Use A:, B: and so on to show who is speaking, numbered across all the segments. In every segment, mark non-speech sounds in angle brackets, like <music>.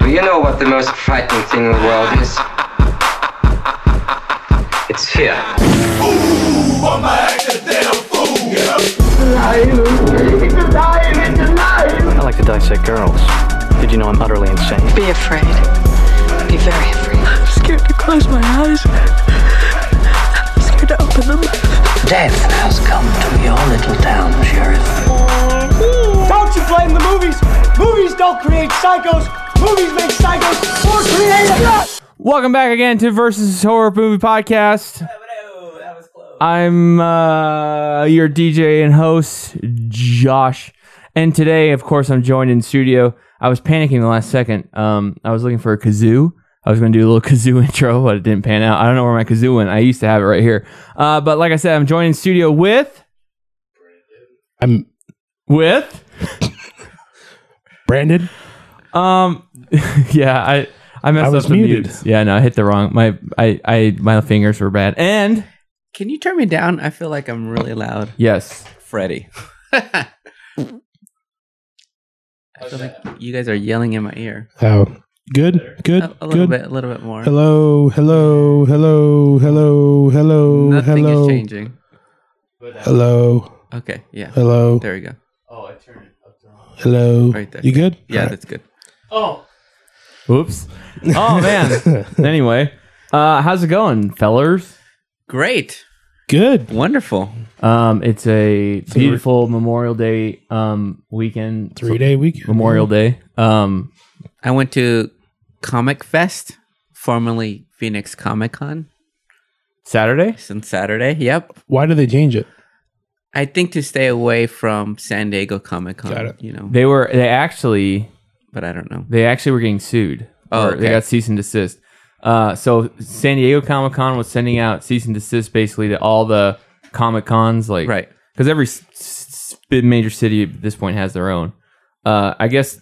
A: Do you know what the most frightening thing in the world is? It's fear.
B: I like to dissect girls. Did you know I'm utterly insane?
C: Be afraid. Be very afraid.
D: I'm scared to close my eyes. I'm scared to open them.
E: Death has come to your little town, Sheriff.
F: Don't you blame the movies? Movies don't create psychos. Movies make psychos more creative.
G: Welcome back again to Versus Horror Movie Podcast. I'm uh, your DJ and host, Josh. And today, of course, I'm joined in studio. I was panicking the last second. Um, I was looking for a kazoo. I was going to do a little <laughs> kazoo intro, but it didn't pan out. I don't know where my kazoo went. I used to have it right here. Uh, but like I said, I'm joined in studio with.
H: I'm
G: With?
H: Brandon.
G: Um, <laughs> yeah, I I messed
H: I was
G: up the
H: muted.
G: mutes. Yeah, no, I hit the wrong. My I I my fingers were bad. And
I: Can you turn me down? I feel like I'm really loud.
G: yes,
I: Freddy. <laughs> I feel like you guys are yelling in my ear.
H: Oh, good, good,
I: A, a little
H: good.
I: bit, a little bit more.
H: Hello, hello, hello, hello, hello,
I: Nothing
H: hello,
I: is changing.
H: hello,
I: Okay, yeah.
H: hello,
I: There we go.
H: hello.
I: Right there.
H: You good?
I: Yeah,
H: All right.
I: that's good.
G: <laughs> oops. Oh man. anyway, uh, how's it going, fellers?
I: Great.
H: good.
I: Wonderful.
G: Um, it's a beautiful Memorial Day um weekend.
H: Three day week.
G: Memorial Day. Um,
I: I went to Comic Fest, formerly Phoenix Comic Con,
G: Saturday.
I: since Saturday. Yep.
H: Why do they change it?
I: I think to stay away from San Diego Comic
H: Got
I: Con,
H: it.
I: you know,
G: They were they actually
I: but I don't know.
G: they actually were getting sued.
I: Oh,
G: Or They
I: okay.
G: got cease and desist. Uh, so San Diego Comic Con was sending out cease and desist basically to all the Comic Cons, like
I: Right.
G: because every s- s- big major city at this point has their own. Uh, I guess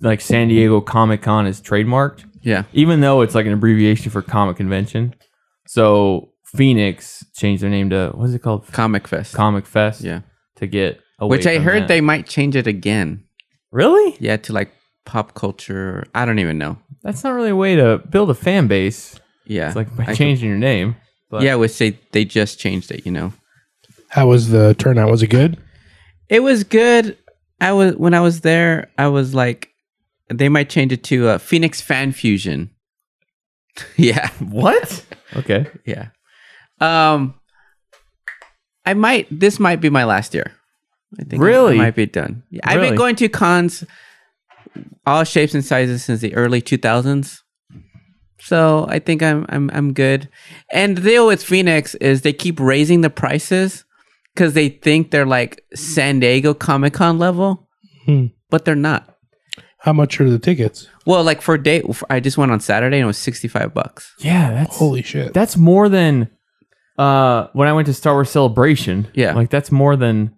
G: like San Diego Comic Con is trademarked,
I: Yeah.
G: even though it's like an abbreviation for Comic Convention. So Phoenix changed their name to what is it called?
I: Comic Fest.
G: Comic Fest.
I: yeah.
G: to get away
I: Which I
G: from
I: heard
G: that.
I: they might change it again.
G: really.
I: Yeah, to like pop culture. I don't even know.
G: That's not really a way to build a fan base.
I: Yeah.
G: It's like by
I: <laughs> I could-
G: changing your name. But
I: yeah, I would say they just changed it, you know.
H: How was the turnout? Was it good?
I: It was good. I was when I was there, I was like they might change it to uh, Phoenix Fan Fusion. <laughs> yeah.
G: What? Okay.
I: Yeah. Um I might this might be my last year. I think I-
G: Really?
I: I might be done. Yeah, I've
G: Really?
I: been going to cons all shapes and sizes since the early 2000s. So, I think I'm I'm I'm good. And the deal with Phoenix is they keep raising the prices cuz they think they're like San Diego Comic-Con level,
H: Hmm.
I: but they're not.
H: How much are the tickets?
I: Well, like for a day I just went on Saturday and it was 65 bucks.
G: Yeah, that's
H: Holy shit!
G: that's more than uh when I went to Star Wars Celebration.
I: Yeah.
G: Like that's more than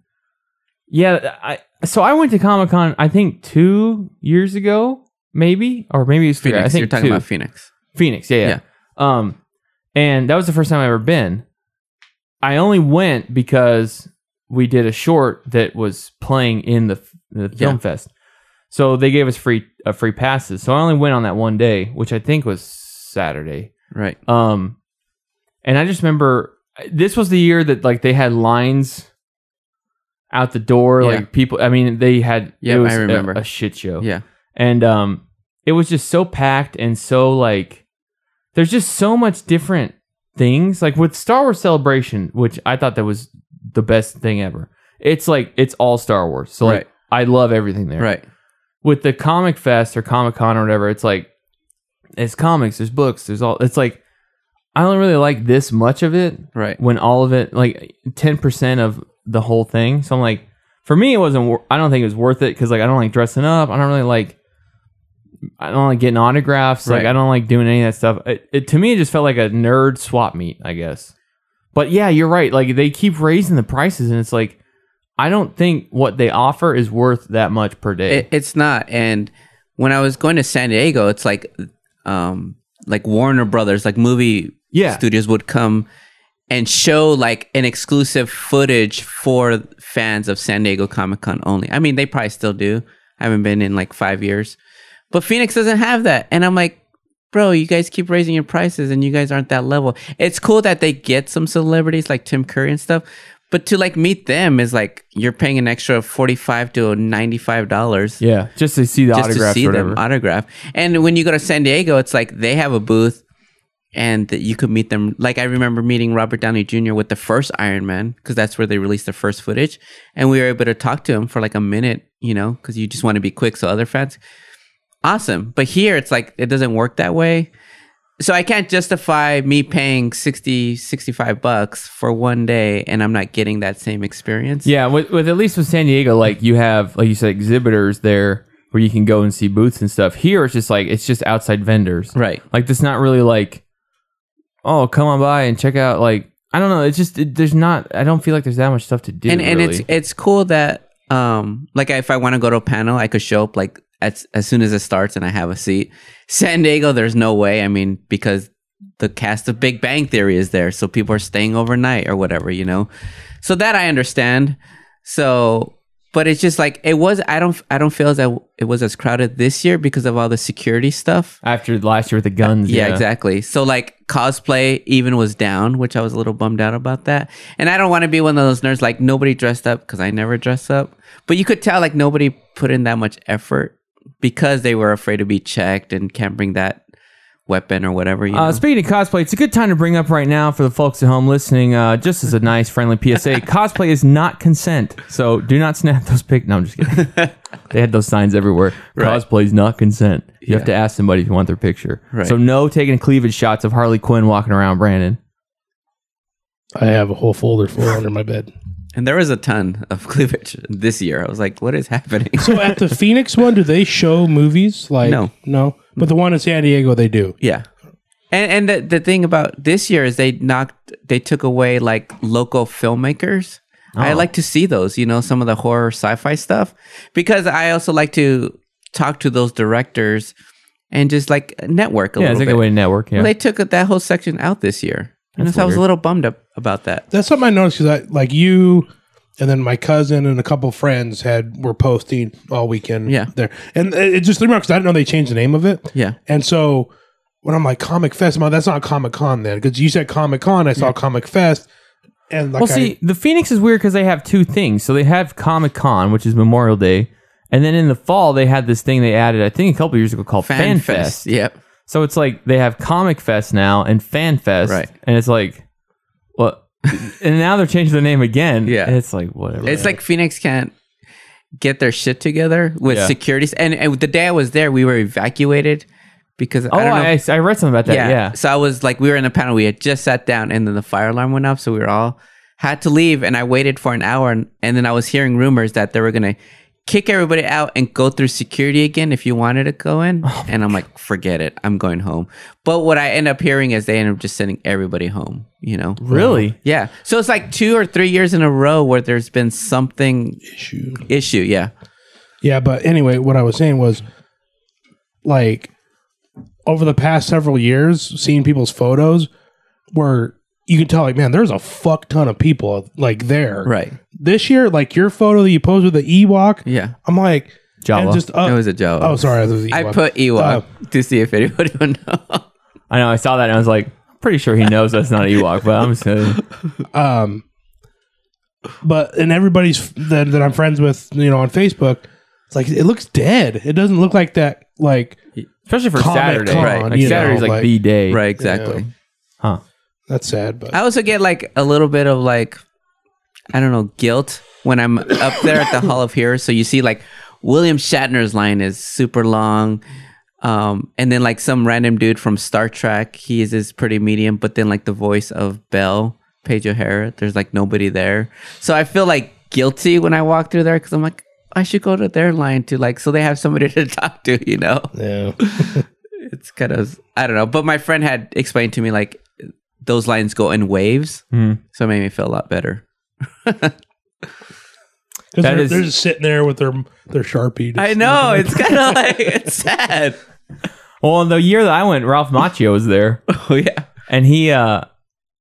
G: Yeah, I so I went to Comic Con I think two years ago, maybe? Or maybe it's three.
I: Phoenix,
G: I think
I: you're talking
G: two.
I: about Phoenix.
G: Phoenix, yeah, yeah. Um and that was the first time I ever been. I only went because we did a short that was playing in the, f- the film
I: Yeah.
G: fest. So they gave us free uh, free passes. So I only went on that one day, which I think was Saturday.
I: Right.
G: Um, and I just remember this was the year that like they had lines out the door,
I: Yeah.
G: like people. I mean, they had
I: Yeah,
G: it
I: I
G: was a-
I: remember.
G: a, shit show.
I: Yeah.
G: and um, it was just so packed and so like there's just so much different things. Like with Star Wars Celebration, which I thought that was the best thing ever. It's like it's all Star Wars, so like
I: Right.
G: I love everything there
I: Right.
G: with the comic fest or comic con or whatever it's like it's comics there's books there's all it's like i don't really like this much of it
I: Right.
G: when all of it like 10% of the whole thing so i'm like for me it wasn't wor- i don't think it was worth it because like i don't like dressing up i don't really like i don't like getting autographs like
I: Right.
G: i don't like doing any of that stuff it, it, to me it just felt like a nerd swap meet i guess but yeah you're right like they keep raising the prices and it's like i don't think what they offer is worth that much per day
I: It, it's not. And when I was going to San Diego, it's like, um, like Warner Brothers, like movie
G: Yeah.
I: studios would come and show like an exclusive footage for fans of San Diego Comic Con only. I mean, they probably still do. I haven't been in like five years, But Phoenix doesn't have that. And I'm like, bro, you guys keep raising your prices and you guys aren't that level. It's cool that they get some celebrities like Tim Curry and stuff, but to like meet them is like you're paying an extra 45 to 95 dollars
G: Yeah, just to see the
I: just to
G: autographs
I: see
G: or whatever.
I: them autograph. And when you go to San Diego, it's like they have a booth and that you could meet them. Like I remember meeting Robert Downey Jr. with the first Iron Man because that's where they released the first footage, and we were able to talk to him for like a minute, you know, because you just want to be quick so other fans. Awesome, but here it's like it doesn't work that way. So I can't justify me paying 60 65 bucks for one day and I'm not getting that same experience.
G: Yeah, with, with at least with San Diego, like you have, like you said, exhibitors there where you can go and see booths and stuff. Here, it's just like it's just outside vendors,
I: Right.
G: Like it's not really like, oh, come on by and check out. Like I don't know, it's just it, there's not. I don't feel like there's that much stuff to do.
I: and and it's
G: really.
I: it's cool that um like if I want to go to a panel, I could show up like as as soon as it starts and I have a seat. San Diego, there's no way. I mean, because the cast of Big Bang Theory is there, so people are staying overnight or whatever, you know. So that I understand. So, but it's just like it was. I don't I don't feel that it was as crowded this year because of all the security stuff.
G: after last year with the guns.
I: Yeah, exactly. So like cosplay even was down, which I was a little bummed out about that. And I don't want to be one of those nerds like nobody dressed up because I never dress up. But you could tell like nobody put in that much effort because they were afraid to be checked and can't bring that weapon or whatever. You know?
G: Uh, speaking of cosplay, it's a good time to bring up right now for the folks at home listening, uh, just as a nice friendly
I: <laughs>
G: PSA. cosplay is not consent, so do not snap <laughs> those pics. No, I'm just kidding.
I: <laughs>
G: they had those signs everywhere.
I: Right.
G: Cosplay is not consent. You have to
I: Yeah.
G: ask somebody if you want their picture.
I: Right.
G: So no taking cleavage shots of Harley Quinn walking around Brandon.
H: I have a whole folder full under my bed.
I: and there was a ton of <laughs> cleavage this year. I was like, what is happening?
H: So at the Phoenix one, do they show movies? Like
I: No.
H: but the one in San Diego, they do.
I: Yeah. And and the, the thing about this year is they knocked they took away like local filmmakers.
G: Oh.
I: I like to see those, you know, some of the horror sci-fi stuff because I also like to talk to those directors and just like network a
G: yeah, it's
I: little
G: like
I: bit.
G: a way to network. Yeah.
I: Well, they took that whole section out this year. And
G: That's
I: so I was a
G: weird.
I: little bummed up about that.
H: That's something I noticed because I like you, and then my cousin and a couple friends had were posting all weekend.
I: Yeah.
H: there, and it it just threw me because I didn't know they changed the name of it.
I: Yeah.
H: And so when I'm like Comic Fest, I'm like, that's not Comic Con then because you said Comic Con, I saw Comic Fest, and like
G: well, see, the Phoenix is weird because they have two things. So they have Comic Con, which is Memorial Day, and then in the fall they had this thing they added, I think a couple years ago called Fan, Fest.
I: Yep.
G: So it's like they have Comic Fest now and Fan Fest,
I: Right.
G: And it's like, what? and now they're changing the name again.
I: Yeah.
G: and it's like whatever.
I: It's like Phoenix can't get their shit together with
G: Yeah.
I: securities. And, and the day I was there, we were evacuated because
G: oh,
I: I don't know
G: I, I read something about that. Yeah,
I: So I was like, we were in a panel. We had just sat down, and then the fire alarm went off. So we were all had to leave, and I waited for an hour, and, and then I was hearing rumors that they were gonna kick everybody out and go through security again if you wanted to go in.
G: Oh
I: and I'm like, forget it. I'm going home. But what I end up hearing is they end up just sending everybody home. You know,
G: really.
I: yeah. So it's like two or three years in a row where there's been something
H: issue.
I: issue. Yeah.
H: Yeah, but anyway, what I was saying was like over the past several years, seeing people's photos where you can tell like, man, there's a fuck ton of people like there.
I: Right.
H: This year, like your photo that you posed with the Ewok,
I: Yeah.
H: I'm like
G: Jawa.
H: and just uh,
I: It was a Jawa.
H: Oh, sorry, it was Ewok. Oh.
I: I put Ewok to see if anybody would know. <laughs>
G: I know. I saw that and I was like, pretty sure he knows that's not an Ewok, but I'm just gonna,
H: um but and everybody's that, that i'm friends with you know on facebook it's like it looks dead it doesn't look like that like
G: especially for
H: Comic
G: Saturday.
H: Con,
G: right? Like
H: you know,
G: Saturday's like,
H: like-
G: the day.
I: Right. Exactly.
G: Huh.
H: that's sad but
I: I also get like a little bit of like I don't know guilt when I'm up there at the Hall of Heroes. So you see like William Shatner's line is super long. Um, and then like some random dude from Star Trek, he is, is pretty medium, but then like the voice of Belle, Paige O'Hara, there's like nobody there. So I feel like guilty when I walk through there because I'm like, I should go to their line too, like so they have somebody <laughs> to talk to, you know?
H: yeah
I: it's kind of I don't know. But my friend had explained to me like those lines go in waves,
G: Hmm.
I: so it made me feel a lot better.
H: because
G: That
H: they're,
G: is-
H: they're just sitting there with their their sharpie just-
I: I know it's
G: <laughs>
I: kind of like it's sad.
G: Well, the year that I went, Ralph Macchio was there.
I: Oh yeah,
G: and he uh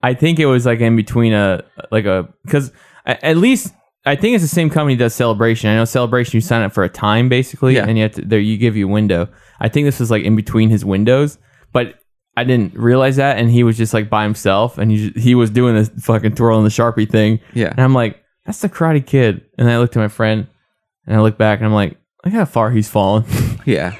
G: i think it was like in between a like a because at least I think it's the same company that does Celebration. I know Celebration, you sign up for a time basically,
I: Yeah.
G: and you have to, there you give you a window. I think this was like in between his windows, but I didn't realize that, and he was just like by himself, and he ju- he was doing this fucking twirling the sharpie thing.
I: Yeah.
G: and I'm like, that's the Karate Kid, and I looked at my friend, and I look back, and I'm like, look how far he's fallen. <laughs>
I: Yeah.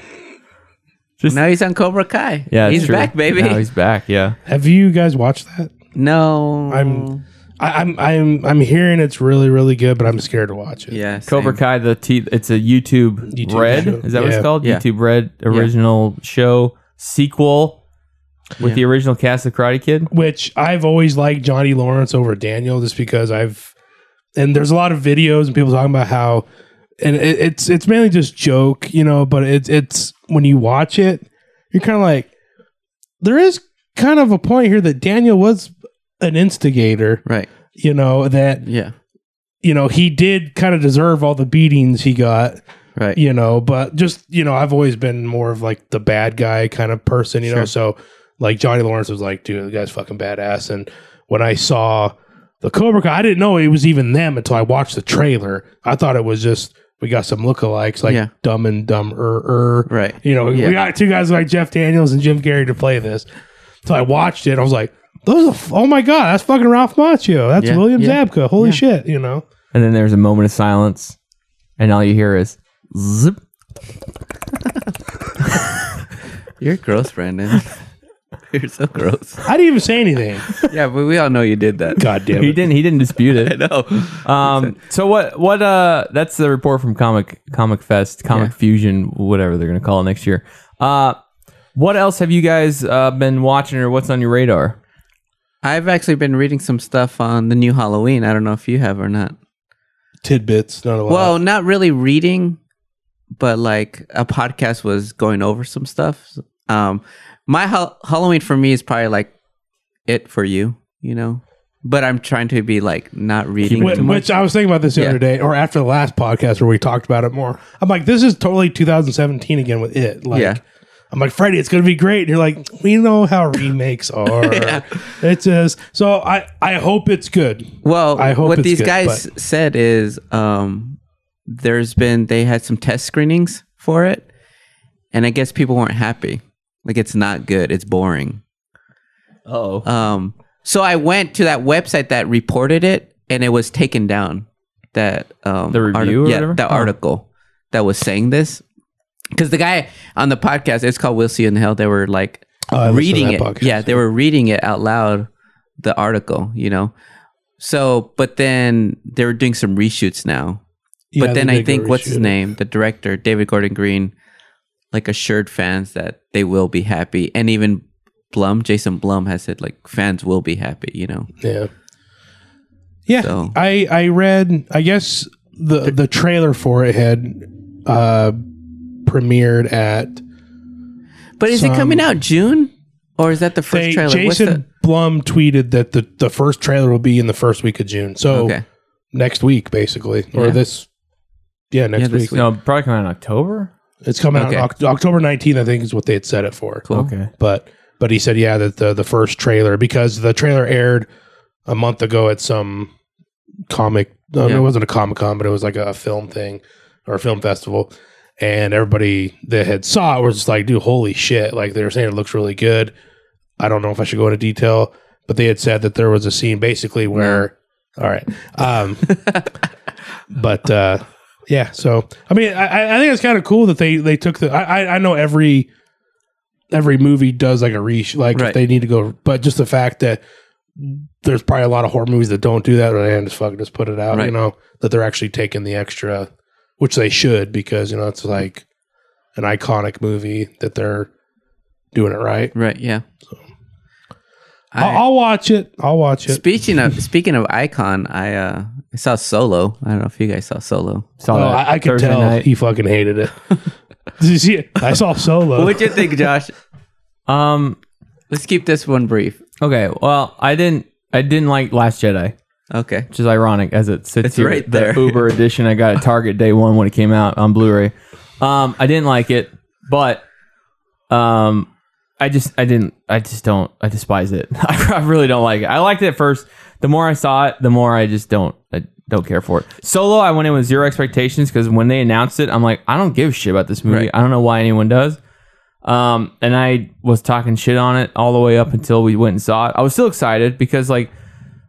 G: Just-
I: now he's on Cobra Kai.
G: yeah, it's
I: he's
G: true.
I: back, baby.
G: Now he's back. Yeah,
H: Have you guys watched that?
I: no,
H: I'm- I, I'm I'm I'm hearing it's really really good, but I'm scared to watch it.
I: yeah same.
G: Cobra Kai, the T. It's a YouTube,
H: YouTube
G: Red.
H: show.
G: Is that what it's
H: Yeah.
G: called?
I: Yeah.
G: YouTube Red original show sequel with the original cast of Karate Kid.
H: Which I've always liked Johnny Lawrence over Daniel, just because I've and there's a lot of videos and people talking about how and it, it's it's mainly just joke, you know. But it's it's when you watch it, you're kind of like there is kind of a point here that Daniel was an instigator,
I: Right.
H: you know that
I: Yeah.
H: you know he did kind of deserve all the beatings he got.
I: Right.
H: you know but just you know i've always been more of like the bad guy kind of person you know so like johnny lawrence was like dude the guy's fucking badass and when i saw the cobra kai i didn't know it was even them until i watched the trailer i thought it was just we got some lookalikes like
I: Yeah.
H: dumb and dumber
I: Right.
H: you know
I: Yeah.
H: we got two guys like jeff daniels and jim carrey to play this so i watched it i was like those are, f- oh my god that's fucking ralph macchio that's
I: Yeah.
H: william
I: Yeah.
H: zabka holy shit you know
G: And then there's a moment of silence, and all you hear is zip.
I: You're gross, Brandon. <laughs> You're so gross.
H: i didn't even say
I: <laughs>
H: anything
I: yeah, but we all know you did that. <laughs>
H: god damn
G: He
H: it
G: didn't. He didn't dispute it.
I: No.
G: Um. So what? What? Uh. That's the report from Comic Comic Fest, Comic
I: Yeah.
G: Fusion, whatever they're gonna call it next year. Uh. What else have you guys uh, been watching, or what's on your radar?
I: I've actually been reading some stuff on the new Halloween. I don't know if you have or not.
H: tidbits not a lot
I: Well, not really reading, but like a podcast was going over some stuff. Um, my hal- Halloween for me is probably like it for you, you know. But I'm trying to be like not reading.
H: Which,
I: too much.
H: which I was thinking about this the
I: Yeah.
H: other day, or after the last podcast where we talked about it more. I'm like, this is totally 2017 again with it. Like,
I: Yeah.
H: I'm like, Freddie, it's going to be great. And you're like, we know how
I: <laughs>
H: remakes are. It is. So I, I hope it's good.
I: Well,
H: I hope
I: what
H: it's
I: these
H: good,
I: guys said is um, there's been they had some test screenings for it, and I guess people weren't happy. Like it's not good. It's boring.
G: Oh.
I: Um, so I went to that website that reported it, and it was taken down. That um,
G: The review or
I: yeah,
G: whatever?
I: the
G: Oh.
I: article that was saying this, because the guy on the podcast, it's called "We'll See You in Hell." They were like
H: Oh, I listened to
I: reading
H: that
I: it.
H: podcast.
I: Yeah, they were reading it out loud, the article. You know, so but then they were doing some reshoots now.
H: Yeah,
I: but then
H: they
I: I
H: did go
I: think what's his
H: reshoot it.
I: name, the director David Gordon Green, like assured fans that they will be happy, and even Blum, Jason Blum, has said like fans will be happy. You know,
H: Yeah. Yeah.
I: So-
H: I, I read, I guess the, the trailer for it had uh, premiered at
I: but is it coming out June or is that the first
H: they,
I: trailer? What's
H: Jason Blum tweeted that the, the first trailer will be in the first week of June.
I: the,
H: So
I: okay,
H: next week, basically, or
I: Yeah.
H: this. Yeah, next
I: Yeah, this
H: week.
I: week.
G: No, probably coming out in October.
H: It's coming
I: Okay.
H: out Oc- October nineteenth, I think, is what they had set it for.
I: cool.
G: Okay.
H: But but he said, yeah, that the the first trailer because the trailer aired a month ago at some comic. no,
I: Yeah.
H: It wasn't a comic con, but it was like a, film thing or a film festival. And everybody that had saw it was just like, dude, holy shit! Like they were saying, it looks really good. I don't know if I should go into detail, but they had said that there was a scene basically where, all right, um, <laughs> but uh, yeah. So I mean, I- I, I think it's kind of cool that they they took the. I I- I know every every movie does like a reach like
I: Right.
H: if they need to go, but just the fact that there's probably a lot of horror movies that don't do that, or they just fucking just put it out. You
I: Right.
H: know that they're actually taking the extra, which they should because you know it's like an iconic movie that they're doing it right.
I: Right. Yeah.
H: I,
I: I-
H: will I'll watch it. I'll watch it.
I: Speaking of speaking of Icon, I uh I saw Solo. I don't know if you guys saw Solo.
G: Saw
H: Oh,
G: that
H: I, I could
G: Uh, Thursday
H: tell
G: night.
H: he fucking
G: <laughs>
H: hated it. Did you see it? I saw Solo.
I: What'd you think, <laughs> Josh?
G: Um.
I: Let's keep this one brief.
G: Okay. Well, I didn't. I didn't like Last Jedi,
I: Okay.
G: which is ironic as it sits
I: It's
G: here.
I: right
G: the
I: there. <laughs>
G: Uber edition I got at Target day one when it came out on Blu-ray. Um, I didn't like it, but um, I just I didn't. I just don't. <laughs> I despise it. I, really don't like it. I liked it at first. The more I saw it, the more I just don't. I, don't care for it. Solo, I went in with zero expectations because when they announced it, I'm like, I don't give a shit about this movie.
I: Right.
G: I don't know why anyone does. Um, and I was talking shit on it all the way up until we went and saw it. I was still excited because, like,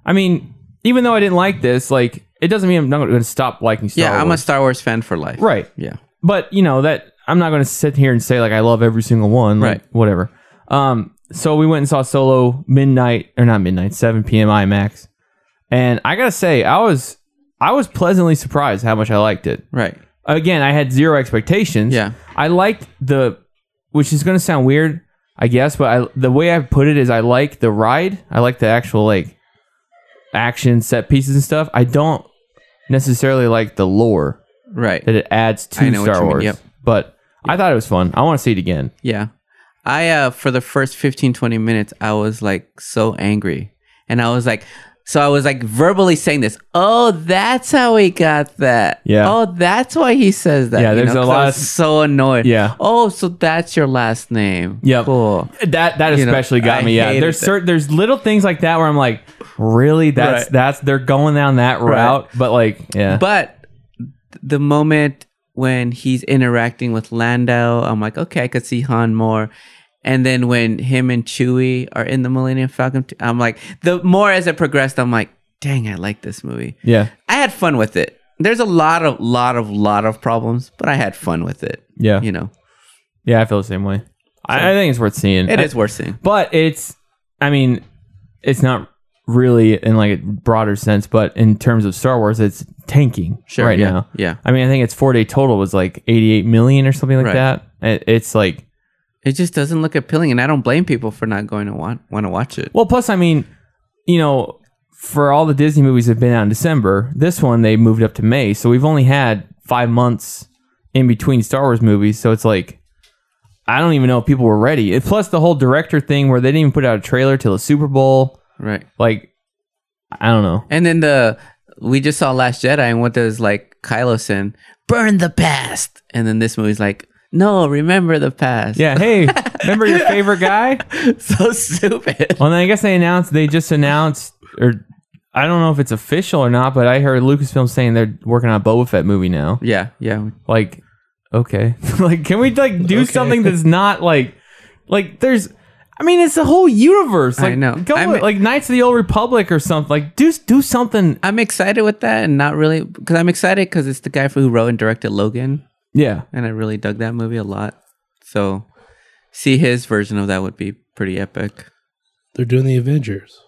G: I mean, even though I didn't like this, like, it doesn't mean I'm not going to stop liking Star
I: yeah, I'm a
G: Wars.
I: Star Wars fan for life.
G: right
I: Yeah.
G: but you know that I'm not going to sit here and say like I love every single one, like,
I: Right.
G: Whatever. Um, so we went and saw Solo midnight or not midnight, 7 p.m. IMAX, and I gotta say I was I was pleasantly surprised how much I liked it.
I: Right.
G: Again, I had zero expectations.
I: Yeah.
G: I liked the, which is gonna sound weird, I guess, but I the way I put it is I like the ride. I like the actual like action set pieces and stuff. I don't necessarily like the lore
I: Right.
G: that it adds
I: I
G: to
I: know what you
G: Star
I: mean,
G: Wars.
I: yep.
G: But I thought it was fun. I want to see it again.
I: Yeah. I, uh, for the first 15, 20 minutes, I was like so angry. And I was like, so I was like verbally saying this. Oh, that's how he got that.
G: Yeah.
I: Oh, that's why he says that.
G: Yeah,
I: you
G: there's
I: know,
G: a
I: 'cause I
G: lot
I: was
G: of-
I: so annoyed.
G: Yeah.
I: Oh, so that's your last name.
G: Yep.
I: Cool.
G: That that
I: You know,
G: especially got
I: I
G: me. Yeah,
I: hated
G: there's
I: that.
G: certain there's little things like that where I'm like, really? That's
I: Right.
G: that's they're going down that route. But like, yeah,
I: But the moment when he's interacting with Lando, I'm like, okay, I could see Han more. And then when him and Chewie are in the Millennium Falcon, t- I'm like, the more as it progressed, I'm like, dang, I like this movie.
G: yeah,
I: I had fun with it. There's a lot of, lot of, lot of problems, but I had fun with it.
G: Yeah.
I: You know,
G: yeah. I feel the same way. I, I think it's worth seeing.
I: it
G: I-
I: is worth seeing.
G: but it's. I mean, it's not really in like a broader sense, but in terms of Star Wars, it's tanking
I: Sure.
G: right
I: yeah.
G: now.
I: Yeah.
G: I mean, I think its four day total was like 88 million or something like
I: Right.
G: that. It, it's like
I: It just doesn't look appealing. And I don't blame people for not going to want, want to watch it.
G: Well, plus, I mean, you know, for all the Disney movies that have been out in December, this one they moved up to May, so we've only had five months in between Star Wars movies. So it's like, I don't even know if people were ready. And plus, the whole director thing where they didn't even put out a trailer till the Super Bowl.
I: Right.
G: Like, I don't know.
I: And then the we just saw Last Jedi, and what does like Kylo sin? Burn the past. And then this movie's like, no, remember the past.
G: Yeah. Hey, remember your favorite guy?
I: <laughs> so stupid.
G: Well, then I guess they announced they just announced, or I don't know if it's official or not, but I heard Lucasfilm saying they're working on a Boba Fett movie now.
I: Yeah, yeah.
G: like okay <laughs> like can we like do something that's not like like there's i mean it's the whole universe
I: I
G: like
I: know.
G: go
I: I'm-
G: with, like knights of the old republic or something like do do something
I: I'm excited with that, and not really because I'm excited because it's the guy who wrote and directed Logan,
G: yeah
I: and I really dug that movie a lot. So, see his version of that would be pretty epic.
H: They're doing the Avengers.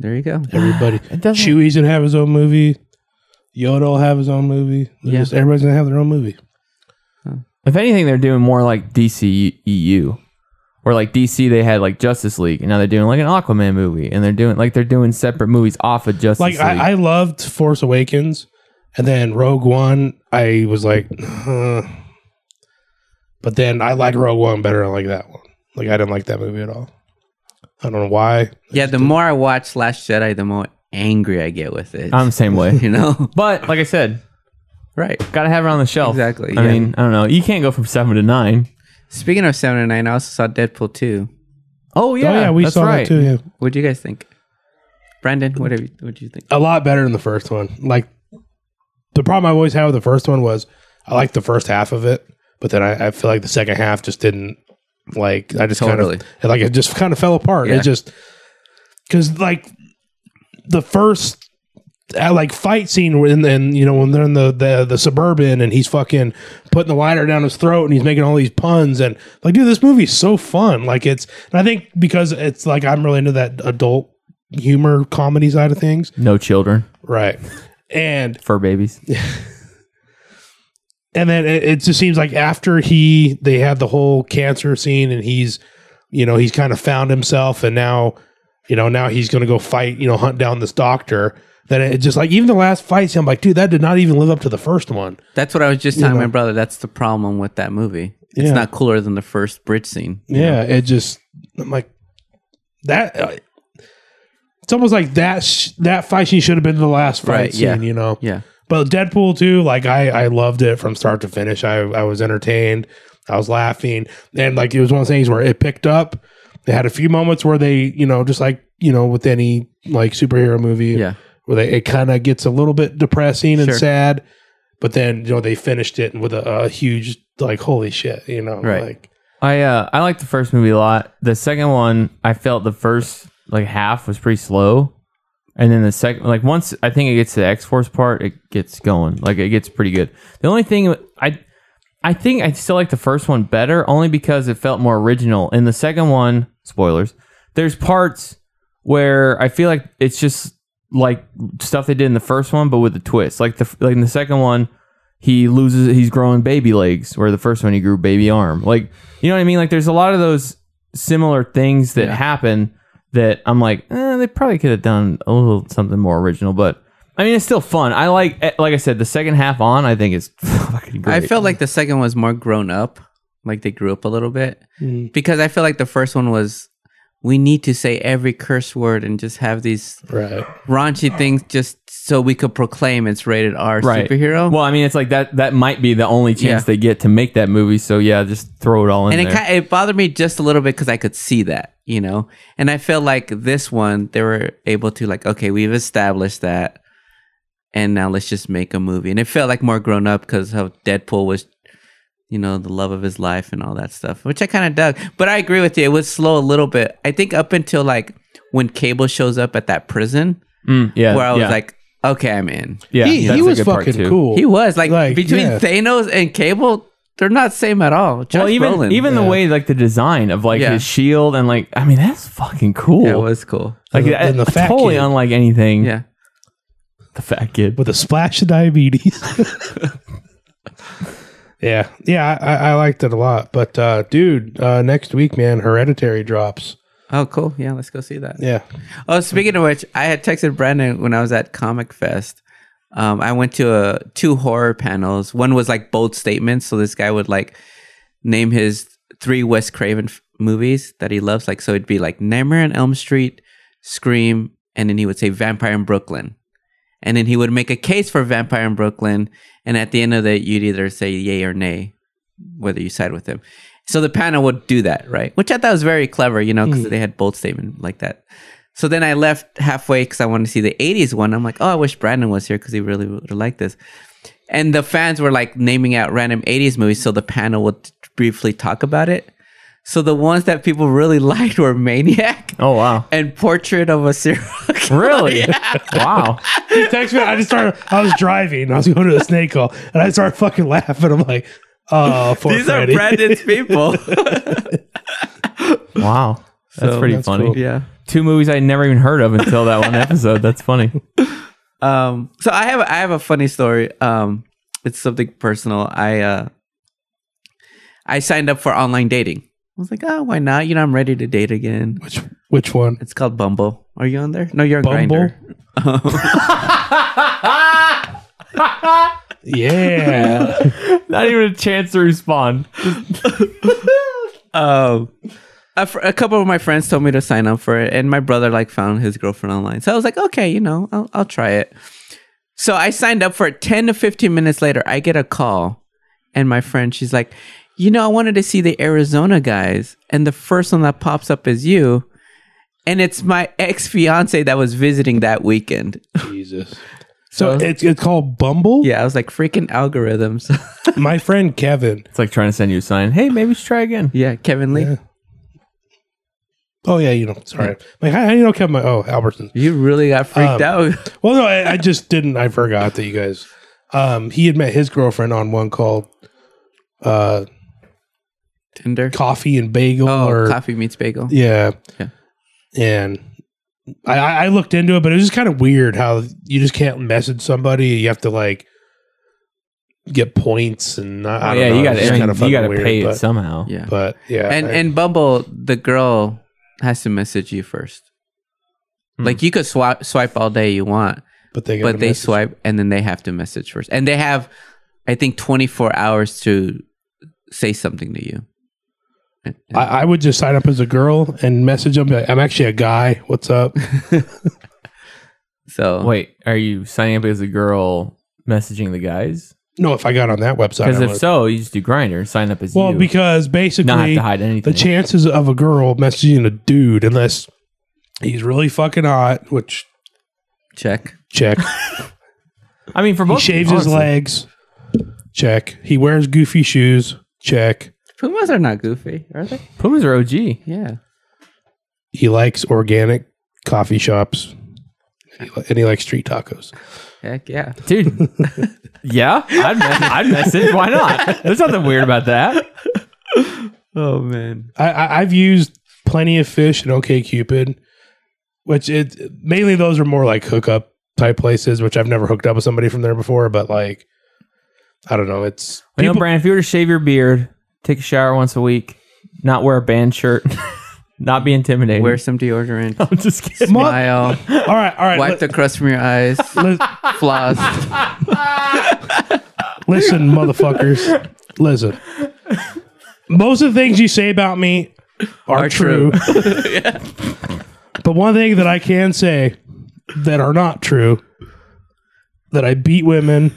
I: There you go.
G: <sighs>
H: Everybody.
G: doesn't-
H: Chewie's gonna have his own movie. Yoda will have his own movie. They're
I: Yeah.
H: Just, everybody's gonna have their own movie.
G: if anything they're doing more like dc eu or like dc they had like justice league and now they're doing like an aquaman movie and they're doing like they're doing separate movies off of justice
H: Like
G: league
H: I, I loved Force Awakens, and then Rogue One. I was like, huh. but then I like Rogue One better. I like that one. Like I didn't like that movie at all. I don't know why.
I: Yeah, the more I watch Last Jedi, the more angry I get with it.
G: i'm the same way
I: <laughs> you know,
G: but like i said
I: right.
G: gotta have it on the shelf
I: Exactly,
G: i
I: yeah.
G: mean i don't know you can't go from seven to nine
I: Speaking of seven and nine, I also saw Deadpool two.
G: Oh yeah,
H: oh yeah, we
G: that's
H: saw
G: right.
H: that too. Yeah.
I: What do you guys think, Brandon? What have you, what do you think?
H: a lot better than the first one. Like the problem I always had with the first one was I liked the first half of it, but then I, I feel like the second half just didn't like I just
I: Totally.
H: kind of like it just kind of fell apart.
I: Yeah.
H: It just because like the first uh, like fight scene when then you know when they're in the, the the suburban and he's fucking putting the lighter down his throat and he's making all these puns and like dude this movie's so fun like it's and I think because it's like I'm really into that adult humor comedy side of things
G: No children
H: Right. And
G: for babies.
H: and then it, it just seems like after he they had the whole cancer scene and he's you know, he's kind of found himself and now you know, now he's gonna go fight, you know, hunt down this doctor. Then it just like even the last fight scene, I'm like, dude, that did not even live up to the first one.
I: That's what I was just telling my
H: know.
I: brother. That's the problem with that movie. It's
H: Yeah.
I: not cooler than the first bridge scene.
H: Yeah, it just I'm like that. Uh, it's almost like that sh- that fight scene should have been the last fight
I: Right,
H: scene,
I: yeah.
H: you know.
I: Yeah.
H: But Deadpool too, like I I loved it from start to finish. I I was entertained. I was laughing, and like it was one of those things where it picked up. They had a few moments where they, you know, just like you know, with any like superhero movie,
I: Yeah.
H: where they it kind of gets a little bit depressing and
I: Sure.
H: sad, but then you know they finished it with a, a huge like holy shit, you know,
I: Right.
H: like
G: I uh I liked the first movie a lot. The second one, I felt the first like half was pretty slow. And then the second like once I think it gets to the X Force part, it gets going. Like it gets pretty good. The only thing I I think I still like the first one better only because it felt more original. In the second one, spoilers, there's parts where I feel like it's just like stuff they did in the first one but with a twist. Like the like in the second one, he loses he's growing baby legs where the first one he grew baby arm like you know what i mean like there's a lot of those similar things that happen that i'm like eh, they probably could have done a little something more original but i mean it's still fun i like eh, like i said the second half on i think is <laughs> fucking great
I: I felt like the second one was more grown up, like they grew up a little bit,
H: Mm.
I: because I feel like the first one was we need to say every curse word and just have these
H: right.
I: raunchy things just so we could proclaim it's rated R
G: right
I: superhero.
G: well i mean it's like that that might be the only chance
I: Yeah.
G: they get to make that movie so yeah just throw it all in
I: and it
G: there.
I: kind it bothered me just a little bit because I could see that, you know. And I feel like this one they were able to like, okay, we've established that, and now let's just make a movie. And it felt like more grown up because how Deadpool was, you know, the love of his life and all that stuff, which I kind of dug. But I agree with you; it was slow a little bit. I think up until like when Cable shows up at that prison,
G: Mm, yeah
I: where I was
G: yeah,
I: like, okay, I'm in.
G: yeah
H: he,
G: that's
H: he
G: a
H: was
G: good part
H: fucking
G: too.
H: cool.
I: He was like,
H: Like,
I: between
H: yeah.
I: Thanos and Cable, they're not same at all. Josh
G: well, even
I: Brolin.
G: even the way like the design of like
I: Yeah.
G: his shield and like I mean that's fucking cool.
I: yeah, it was cool.
G: like
H: And the- and the
G: uh,
H: fat
G: totally
H: kid.
G: unlike anything.
I: Yeah.
G: the fat kid.
H: with a splash of diabetes. <laughs> yeah, yeah, I- I, I liked it a lot. But uh, dude, uh, next week, man, Hereditary drops.
I: Oh, cool. Yeah, let's go see that.
H: Yeah,
I: Oh, speaking of which, I had texted Brandon when I was at Comic Fest. Um, I went to uh two horror panels. One was like bold statements, so this guy would like name his three Wes Craven f- movies that he loves. Like, so it'd be like Nightmare on Elm Street, Scream, and then he would say Vampire in Brooklyn. And then he would make a case for Vampire in Brooklyn. And at the end of it, you'd either say yay or nay, whether you side with him. So the panel would do that, right? Which I thought was very clever, you know,
G: Hmm.
I: because they had bold statement like that. So then I left halfway because I wanted to see the 80s one. I'm like, oh, I wish Brandon was here because he really would have liked this. And the fans were like naming out random 80s movies. So the panel would briefly talk about it. So the ones that people really <laughs> liked were Maniac
G: Oh
I: <laughs>
G: wow,
I: and Portrait of a Serial Killer.
G: really? Wow.
H: he texted me. I just started. I was driving. I was going to a snake hole, and I started fucking laughing. I'm like, oh, poor
I: These
H: Freddy.
I: are
G: <laughs>
I: Brandon's people.
G: Wow. That's
I: So
G: pretty
H: that's
G: funny.
H: cool.
I: yeah.
G: Two movies I never even heard of until that one episode. That's funny.
I: Um, so I have I have a funny story. Um, it's something personal. I uh, I signed up for online dating. I was like, oh, why not? You know, I'm ready to date again.
H: Which which one?
I: It's called Bumble. Are you on there? No, you're on
H: Bumble?
I: Grinder.
H: <laughs> Yeah,
G: Not even a chance to respond.
I: Um, a, fr- a couple of my friends told me to sign up for it, and my brother like found his girlfriend online. So I was like, okay, you know, I'll I'll try it. So I signed up for it. Ten to fifteen minutes later, I get a call, and my friend, she's like, you know, I wanted to see the Arizona guys, and the first one that pops up is you, and it's my ex fiance that was visiting that weekend.
H: Jesus. So it's it's called Bumble.
I: Yeah, I was like, freaking algorithms. <laughs>
H: My friend Kevin.
G: It's like trying to send you a sign. Hey, maybe we should try again.
I: yeah, Kevin Lee,
H: Yeah. Oh yeah, you know. Sorry. Like how how do you know Kevin? Oh, Albertson.
I: you really got freaked out. <laughs>
H: Well, no, I, I just didn't. I forgot that you guys. Um, he had met his girlfriend on one called uh,
I: Tinder.
H: Coffee and Bagel,
I: Oh,
H: or
I: coffee meets bagel.
H: yeah,
I: Yeah.
H: and I, I I looked into it, but it was just kind of weird how you just can't message somebody. You have to like get points, and I, I
G: Oh,
H: don't
G: yeah,
H: know.
G: you got
H: It's just kinda
G: to you got to
H: fucking weird,
G: pay it
H: but,
G: somehow.
I: Yeah.
H: But yeah,
I: and
H: I-
I: and Bumble, the girl has to message you first.
G: Hmm.
I: Like you could swipe swipe all day you want,
H: but they gotta
I: but they
H: message.
I: swipe and then they have to message first, and they have, I think, twenty four hours to say something to you. And- and-
H: I, I would just sign up as a girl and message them. be Like, I'm actually a guy. What's
I: <laughs>
H: up?
I: so
G: Wait, are you signing up as a girl messaging the guys?
H: no, if I got on that website,
G: Because
H: I
G: if
H: would.
G: so, you just do grinder and sign up as
H: Well,
G: you.
H: because basically,
G: not have to hide
H: the
G: anything.
H: chances of a girl messaging a dude, unless he's really fucking hot, which
I: Check.
G: <laughs>
H: Check.
G: I mean, for
H: He
G: both
H: shaves his
G: honestly.
H: legs. Check. He wears goofy shoes. Check.
I: Pumas are not goofy, are they?
G: Pumas are OG.
I: Yeah.
H: He likes organic coffee shops. And he li- And he likes street tacos.
I: Heck yeah.
H: <laughs>
G: dude. yeah, I'd mess, I'd mess it. Why not? There's nothing weird about that.
I: Oh man.
H: I, I, I've used plenty of fish and OK Cupid, which it mainly those are more like hookup type places, which I've never hooked up with somebody from there before. But like, I don't know. It's
G: You know,
H: people-
G: Brandon, if you were to shave your beard, take a shower once a week, not wear a band shirt, <laughs> not be intimidated.
I: Wear
H: <laughs>
I: some deodorant.
G: I'm just kidding.
H: Mo-
I: Smile.
H: <laughs> all right, all right.
I: Wipe the crust from
H: <laughs>
I: your eyes.
H: li- li-
I: Floss.
H: listen, motherfuckers. Listen. Most of the things you say about me are,
I: Are
H: true.
I: true.
H: <laughs> but one thing that I can say that are not true that I beat women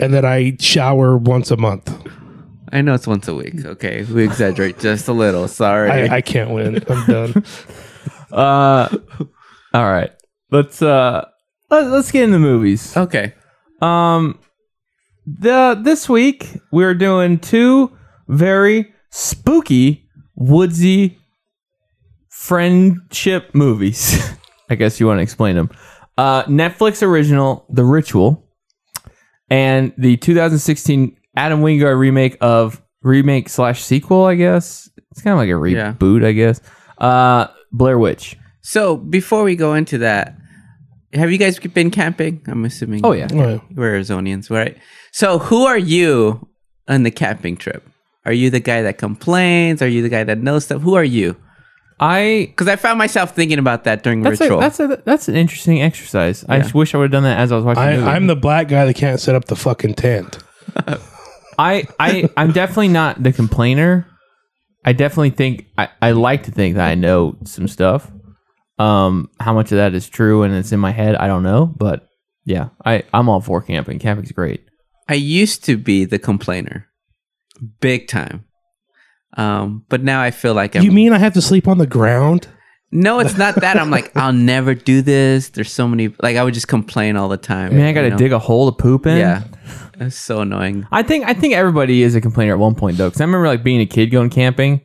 H: and that I shower once a month.
I: I know it's once a week. Okay. We exaggerate just a little. Sorry.
H: I, I can't win. I'm
I: <laughs>
H: done.
G: Uh, all right, let's uh, let, let's get into movies.
I: okay.
G: Um, the this week we're doing two very spooky woodsy friendship movies. <laughs> I guess you want to explain them. Uh, Netflix original The Ritual and the 2016 Adam Wingard remake of remake slash sequel. I guess it's kind of like a
I: Yeah.
G: reboot. I guess. Uh, Blair Witch.
I: So before we go into that, have you guys been camping? I'm assuming.
G: Oh yeah.
H: All right.
I: We're Arizonians, right? So who are you on the camping trip? Are you the guy that complains? Are you the guy that knows stuff? Who are you?
G: I
I: Because I found myself thinking about that during
G: That's a,
I: ritual.
G: that's a that's an interesting exercise. I wish I would have done that as I was watching.
H: I,
G: the movie.
H: I'm the black guy that can't set up the fucking tent.
G: I I I'm definitely not the complainer. I definitely think I, I like to think that I know some stuff. Um, how much of that is true and it's in my head, I don't know. But yeah, I I'm all for camping. Camping's great.
I: I used to be the complainer, big time. Um, but now I feel like I'm.
H: You mean I have to sleep on the ground?
I: No, it's not that.
G: <laughs>
I: I'm like, I'll never do this. There's so many. Like, I would just complain all the time.
G: I mean, I got
I: you
G: to
I: know?
G: dig a hole to poop in.
I: Yeah, it's so annoying.
G: I think I think everybody is a complainer at one point though, because I remember like being a kid going camping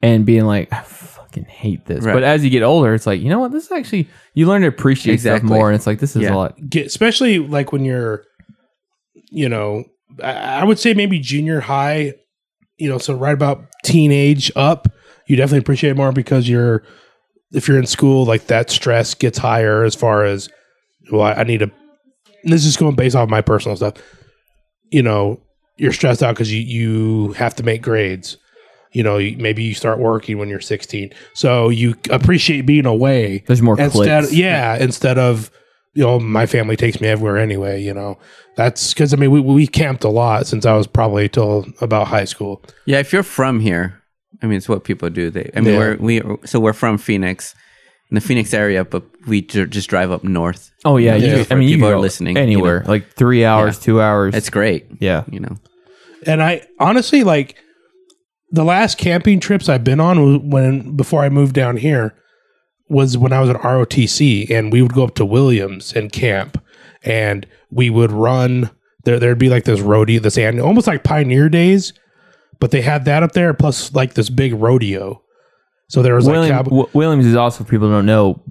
G: and being like, I fucking hate this.
I: Right.
G: But as you get older, it's like you know what? This is actually you learn to appreciate
I: Exactly.
G: stuff more, and it's like this is
I: Yeah.
G: a lot.
H: get, especially like when you're, you know, I, I would say maybe junior high, you know, so right about teenage up, you definitely appreciate it more because you're, if you're in school, like that stress gets higher as far as, well, I, I need to, and this is going based off my personal stuff, you know, you're stressed out because you, you have to make grades. You know, you- maybe you start working when you're 16, so you appreciate being away
G: There's more
H: instead
G: clicks.
H: yeah instead of you know my family takes me everywhere anyway you know that's because i mean we, we camped a lot since i was probably till about high school
I: Yeah, if you're from here, I mean, it's what people do. They, I mean,
H: Yeah.
I: we're we so we're from Phoenix, in the Phoenix area, but we ju- just drive up north.
G: Oh yeah, you
H: Yeah.
G: could- I mean, you
I: People
G: could
I: are
G: go
I: listening, you
G: anywhere, like three hours,
I: Yeah.
G: two hours.
I: It's great.
G: yeah,
I: You know,
H: and i honestly like the last camping trips i've been on was when before i moved down here was when i was at rotc and we would go up to williams and camp and we would run there there'd be like this rodeo this annual almost like pioneer days but they had that up there plus like this big rodeo so there was like
G: William,
H: cowboy-
G: Wi- Williams is also for people who don't know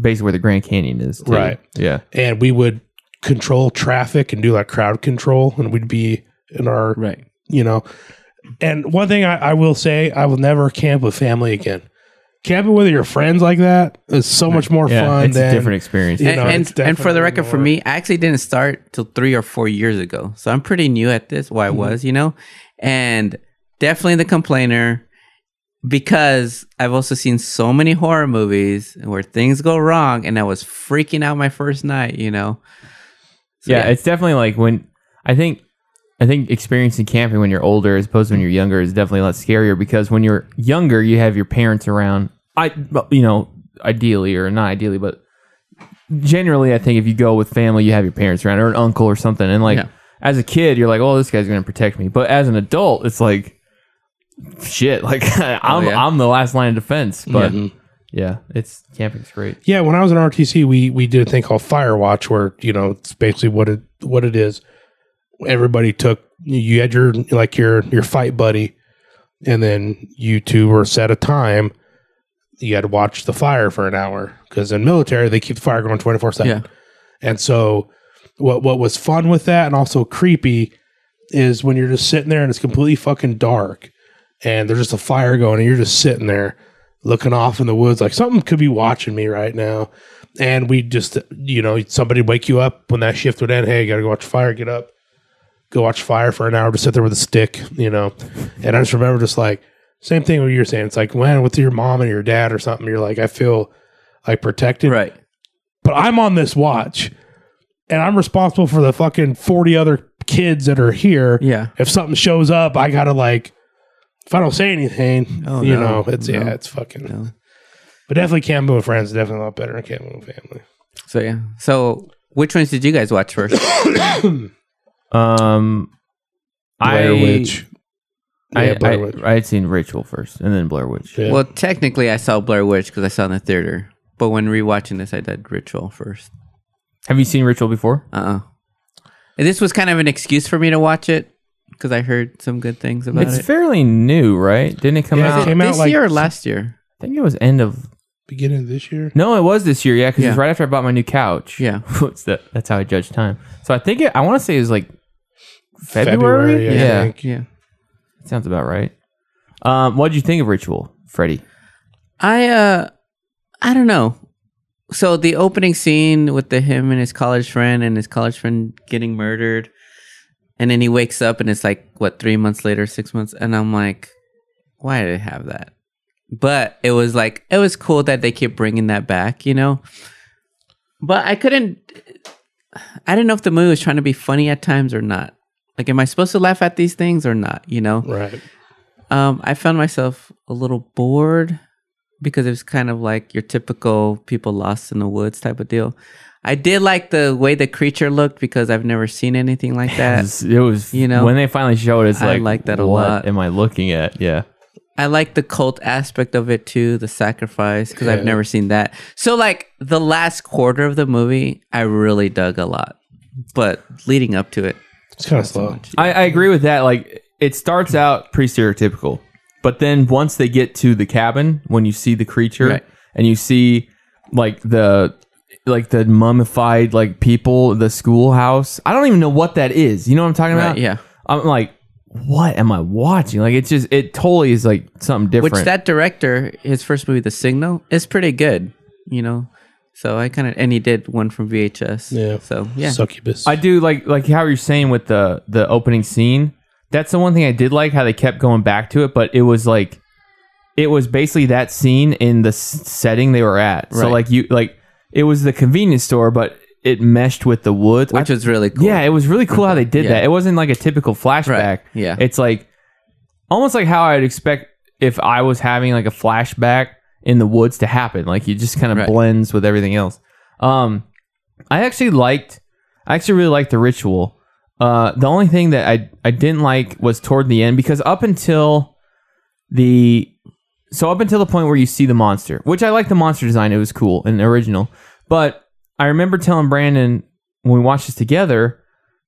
G: basically where the Grand Canyon is. too.
H: Right.
G: Yeah.
H: and we would control traffic and do like crowd control and we'd be in our
I: right?
H: you know and one thing I, I will say i will never camp with family again camping with your friends like that is so much more
G: Yeah.
H: fun
G: it's
H: than
G: a different experience.
H: You
I: and,
H: know, it's
I: and, and for the
H: definitely
I: record, for
H: more-
I: me, I actually didn't start till three or four years ago. So I'm pretty new at this, Why I
H: Mm-hmm.
I: was, you know, and definitely the complainer because I've also seen so many horror movies where things go wrong and I was freaking out my first night, you know. So,
G: yeah, it's definitely like when I think I think experiencing camping when you're older as opposed to when you're younger is definitely a lot scarier because when you're younger you have your parents around. I well, you know ideally or not ideally, but generally I think if you go with family you have your parents around or an uncle or something, and like
I: Yeah.
G: as a kid you're like, oh this guy's gonna protect me, but as an adult it's like <laughs> shit, like I'm
I: yeah.
G: I'm the last line of defense, but. Yeah. Yeah, it's camping's great.
H: Yeah, when I was in RTC, we we did a thing called Firewatch, where you know it's basically what it what it is. Everybody took you had your like your your fight buddy, and then you two were set a time. You had to watch the fire for an hour because in military they keep the fire going twenty four
I: Yeah.
H: seven. And so, what what was fun with that and also creepy is when you're just sitting there and it's completely fucking dark, and there's just a fire going, and you're just sitting there looking off in the woods like something could be watching me right now. And we just, you know, somebody wake you up when that shift would end. Hey, you gotta go watch fire. Get up, go watch fire for an hour. Just sit there with a stick, you know. And I just remember just like same thing what you were saying. It's like when with your mom and your dad or something, you're like, I feel like protected
I: Right.
H: but I'm on this watch and I'm responsible for the fucking 40 other kids that are here.
I: Yeah.
H: If something shows up, I gotta like, if I don't say anything,
I: Oh,
H: you
I: no.
H: know, it's, yeah,
I: No.
H: it's fucking,
I: No.
H: but definitely camping with friends is definitely a lot better than camping with family.
I: So yeah. So which ones did you guys watch first?
G: Um,
H: Blair
G: I,
H: Witch.
G: I,
H: yeah, Blair
G: I,
H: Witch.
G: I had seen Ritual first, and then Blair Witch.
H: <coughs> Yeah.
I: Well, technically, I saw Blair Witch because I saw it in the theater. But when rewatching this, I did Ritual first.
G: Have you seen Ritual before?
I: Uh uh This was kind of an excuse for me to watch it because I heard some good things about
G: It's
I: it.
G: fairly new, right? Didn't it come
H: Yeah, it
G: out?
H: came out
I: this
H: like-
I: year or last year?
G: I think it was end of.
H: Beginning of this year?
G: No, it was this year. Yeah, because it was
I: Yeah.
G: right after I bought my new couch. <laughs>
I: Yeah.
G: It's the- that's how I judge time. So I think it, I want to say it was like February.
H: February, I
G: yeah,
H: think.
I: Yeah.
G: sounds about right. Um, what did you think of Ritual, Freddie?
I: I uh I don't know. So the opening scene with the him and his college friend and his college friend getting murdered and then he wakes up and it's like what 3 months later, 6 months and I'm like why did it have that? But it was like it was cool that they kept bringing that back, you know. But I couldn't I didn't know if the movie was trying to be funny at times or not. Like am I supposed to laugh at these things or not, you know?
H: Right.
I: Um, I found myself a little bored because it was kind of like your typical people lost in the woods type of deal. I did like the way the creature looked because I've never seen anything like
G: It
I: that.
G: was, it was-
I: Uh, you know,
G: when they finally showed, it's
I: I
G: like
I: like that a
G: what
I: lot.
G: Am I looking at? Yeah,
I: I like the cult aspect of it too, the sacrifice because
H: Yeah.
I: I've never seen that. So like the last quarter of the movie, I really dug a lot, but leading up to it,
H: It's kind of slow.
G: I, I agree with that. Like it starts
I: Hmm.
G: out pretty stereotypical, but then once they get to the cabin, when you see the creature
I: Right.
G: and you see like the like the mummified like people, the schoolhouse. I don't even know what that is. You know what I'm talking
I: Right,
G: about?
I: yeah.
G: I'm like, what am I watching? Like it's just it totally is like something different.
I: which that director, his first movie, The Signal, is pretty good, you know. So I kind of and he did one from VHS.
H: Yeah.
I: So yeah.
H: Succubus.
G: I do like like how you're saying with the the opening scene. That's the one thing I did like how they kept going back to it, but it was like it was basically that scene in the s- setting they were at. So
I: Right.
G: like you like it was the convenience store, but it meshed with the woods,
I: which
G: I-
I: was really cool.
G: yeah, it was really cool how they did
I: Yeah.
G: that. It wasn't like a typical flashback.
I: Right, yeah.
G: it's like almost like how I'd expect if I was having like a flashback in the woods to happen. Like it just kind of
I: Right.
G: blends with everything else. Um, I actually liked, I actually really liked the ritual. Uh, the only thing that I I didn't like was toward the end because up until the so up until the point where you see the monster, which I like the monster design, it was cool and original. But I remember telling Brandon when we watched this together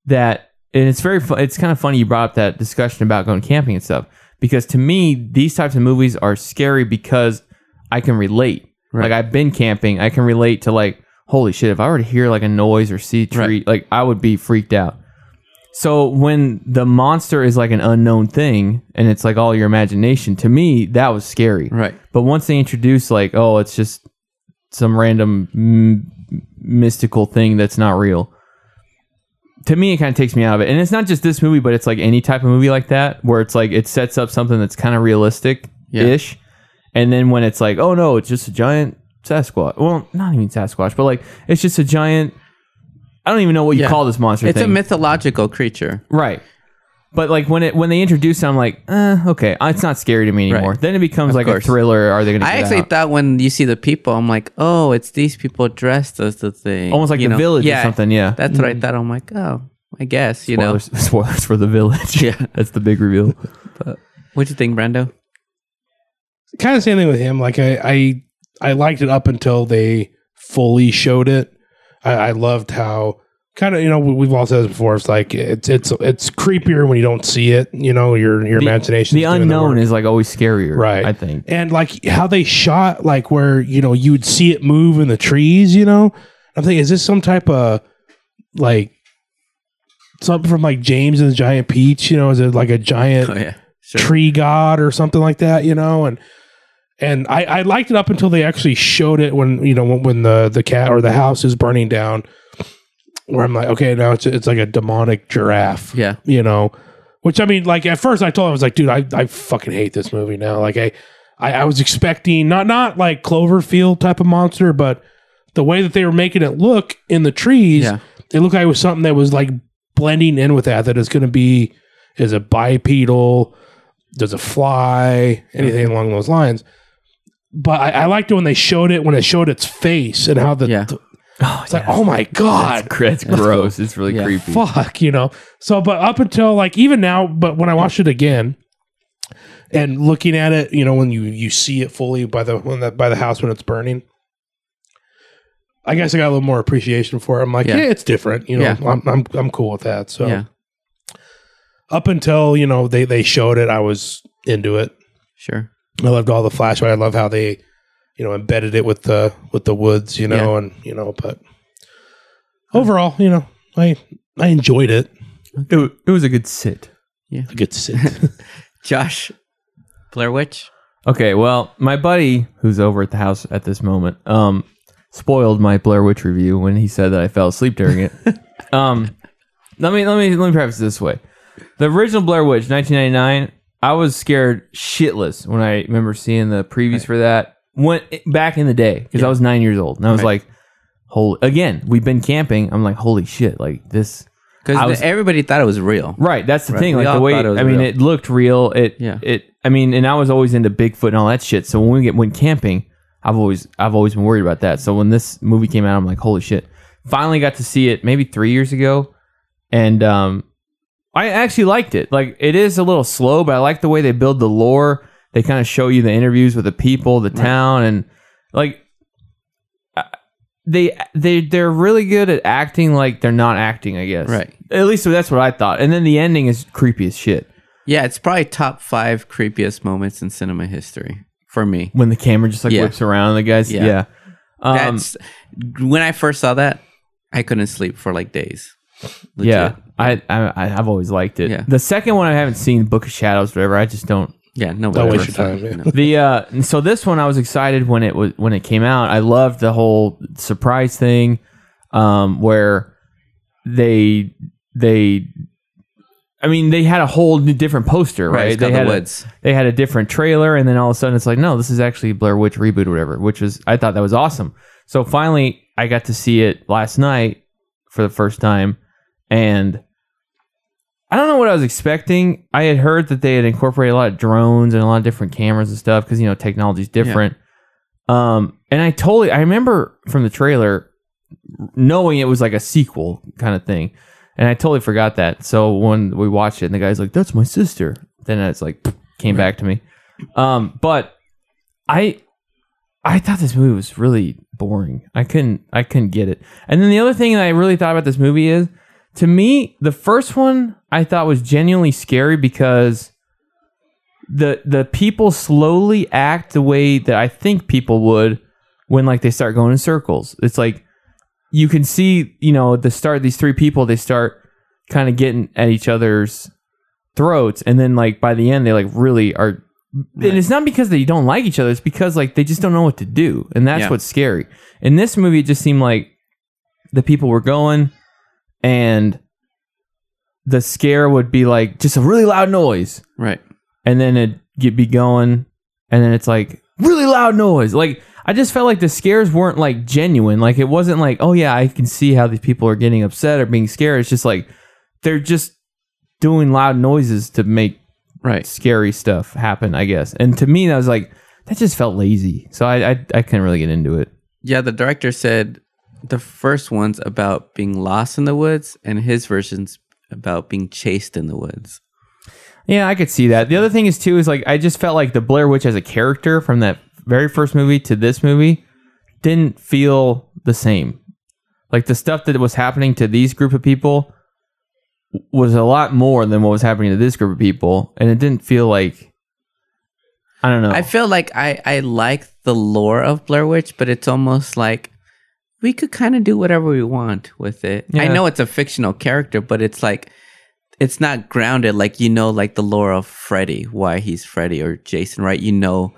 G: that, and it's very, fu- it's kind of funny you brought up that discussion about going camping and stuff because to me these types of movies are scary because I can relate. Like I've been camping, I can relate to like, holy shit, if I were to hear like a noise or see a tree, like I would be freaked out. So when the monster is like an unknown thing and it's like all your imagination, to me that was scary.
I: Right.
G: But once they introduce like, oh, it's just some random m- mystical thing that's not real. To me, it kind of takes me out of it, and it's not just this movie, but it's like any type of movie like that where it's like it sets up something that's kind of realistic ish, and then when it's like, oh no, it's just a giant Sasquatch. Well, not even Sasquatch, but like it's just a giant. I don't even know what you
I: Yeah.
G: call this monster.
I: It's a
G: thing.
I: mythological creature.
G: Right. But like when it when they introduce it, I'm like, eh, okay, uh, it's not scary to me
I: Right.
G: anymore. Then it becomes
I: Of
G: like
I: course.
G: a thriller. Are they going to?
I: I actually thought when you see the people, I'm like, oh, it's these people dressed as the thing,
G: almost like
I: you
G: the
I: know?
G: village
I: Yeah,
G: or something. Yeah.
I: That's what I thought. I'm like, oh, I guess you know.
G: spoilers, <laughs> spoilers for the village.
I: Yeah.
G: <laughs> that's the big reveal. <laughs>
I: What do you think, Brando?
H: kind of same thing with him. Like I, I I liked it up until they fully showed it. I, I loved how kind of you know we, we've all said this before. It's like it's it's it's creepier when you don't see it. You know your your imagination.
G: The unknown is like always scarier,
H: right.
G: I think.
H: and like how they shot like where you know you'd see it move in the trees. You know, I'm thinking is this some type of like something from like James and the Giant Peach? You know, is it like a giant?
I: Oh yeah, sure.
H: tree god or something like that, you know, and and I, I liked it up until they actually showed it when you know when, when the the cat or the house is burning down, where I'm like, okay, now it's it's like a demonic giraffe,
I: Yeah.
H: you know, which I mean, like at first I told him I was like, dude, I, I fucking hate this movie now. Like I, I I was expecting not not like Cloverfield type of monster, but the way that they were making it look in the trees,
I: Yeah.
H: it looked like it was something that was like blending in with that. That is going to be is a bipedal, does it fly, anything along those lines. But I, I liked it when they showed it when it showed its face and how the
I: Yeah.
H: it's like oh my god
I: <laughs>
G: That's gross. It's really
I: Yeah.
G: creepy.
H: fuck, you know. So, but up until like even now, but when I watched it again and looking at it, you know, when you you see it fully by the when that by the house when it's burning, I guess I got a little more appreciation for it. I'm like,
I: Yeah.
H: yeah, it's different, you know.
I: Yeah.
H: I'm, I'm I'm cool with that. So
I: Yeah,
H: up until you know they they showed it, I was into it.
I: sure.
H: I loved all the flashlight. I love how they, you know, embedded it with the with the woods, you know, and you know, but overall, you know, I I enjoyed it.
G: It, it was a good sit.
H: I get sick.
I: <laughs> Josh, Blair Witch.
G: Okay, well, my buddy who's over at the house at this moment, um, spoiled my Blair Witch review when he said that I fell asleep during it. um, let me let me let me preface it this way: the original Blair Witch, 1999, I was scared shitless when I remember seeing the previews for that when back in the day because I was nine years old and I was like, "Holy!" Again, we've been camping. I'm like, "Holy shit!" Like this. I
I: Because
G: was-
I: everybody thought it was real.
G: Right, that's the thing.
I: We
G: Like the
I: all
G: way
I: thought it was
G: I mean,
I: real.
G: it looked real. It
I: Yeah.
G: It I mean, and I was always into Bigfoot and all that shit. So when we get went camping, I've always I've always been worried about that. So when this movie came out, I'm like, holy shit! Finally got to see it maybe three years ago, and um, I actually liked it. Like it is a little slow, but I like the way they build the lore. They kind of show you the interviews with the people, the town, and like I- they they they're really good at acting like they're not acting. I guess
I: Right.
G: At least that's what I thought. And then the ending is creepy as shit
I: Yeah, it's probably top five creepiest moments in cinema history for me.
G: when the camera just like
I: Yeah.
G: whips around the guys. Yeah.
I: Yeah.
G: Um,
I: That's when I first saw that, I couldn't sleep for like days. Legit.
G: yeah. I, I I- I've always liked it.
I: Yeah.
G: The second one I haven't seen, Book of Shadows, whatever. I just don't
I: yeah, no.
H: Don't waste
I: whatever.
H: your time, yeah.
I: No.
G: the uh and so this one I was excited when it was when it came out. I loved the whole surprise thing um where they they I mean they had a whole new, different poster,
I: Right,
G: right?
I: it's
G: they
I: called The
G: had a-
I: Woods.
G: they had a different trailer and then all of a sudden it's like no, this is actually Blair Witch reboot or whatever, which was I thought that was awesome. So finally I got to see it last night for the first time and I don't know what I was expecting. I had heard that they had incorporated a lot of drones and a lot of different cameras and stuff because you know technology's different. Um, and I totally I remember from the trailer knowing it was like a sequel kind of thing, and I totally forgot that. So when we watched it, and the guy's like, "That's my sister," then it's like came back to me. Um, but I I thought this movie was really boring. I couldn't I couldn't get it. And then the other thing that I really thought about this movie is to me the first one I thought was genuinely scary because the the people slowly act the way that I think people would when like they start going in circles. It's like you can see, you know, at the start these three people they start kind of getting at each other's throats and then like by the end they like really are and it's not because they don't like each other it's because like they just don't know what to do and that's
I: Yeah.
G: what's scary in this movie it just seemed like the people were going and the scare would be like just a really loud noise
I: Right.
G: and then it'd get be going and then it's like really loud noise like i just felt like the scares weren't like genuine like it wasn't like oh yeah i can see how these people are getting upset or being scared it's just like they're just doing loud noises to make
I: Right.
G: scary stuff happen i guess and to me that was like that just felt lazy so i i, I couldn't really get into it
I: Yeah, the director said the first one's about being lost in the woods, and his version's about being chased in the woods.
G: Yeah, I could see that. The other thing is too is like I just felt like the Blair Witch as a character from that very first movie to this movie didn't feel the same. Like the stuff that was happening to these group of people was a lot more than what was happening to this group of people, and it didn't feel like I don't know.
I: I feel like I I like the lore of Blair Witch, but it's almost like we could kind of do whatever we want with it. I
G: Yeah.
I: know it's a fictional character, but it's like it's not grounded like you know like the lore of Freddy, why he's Freddy or Jason, right? You know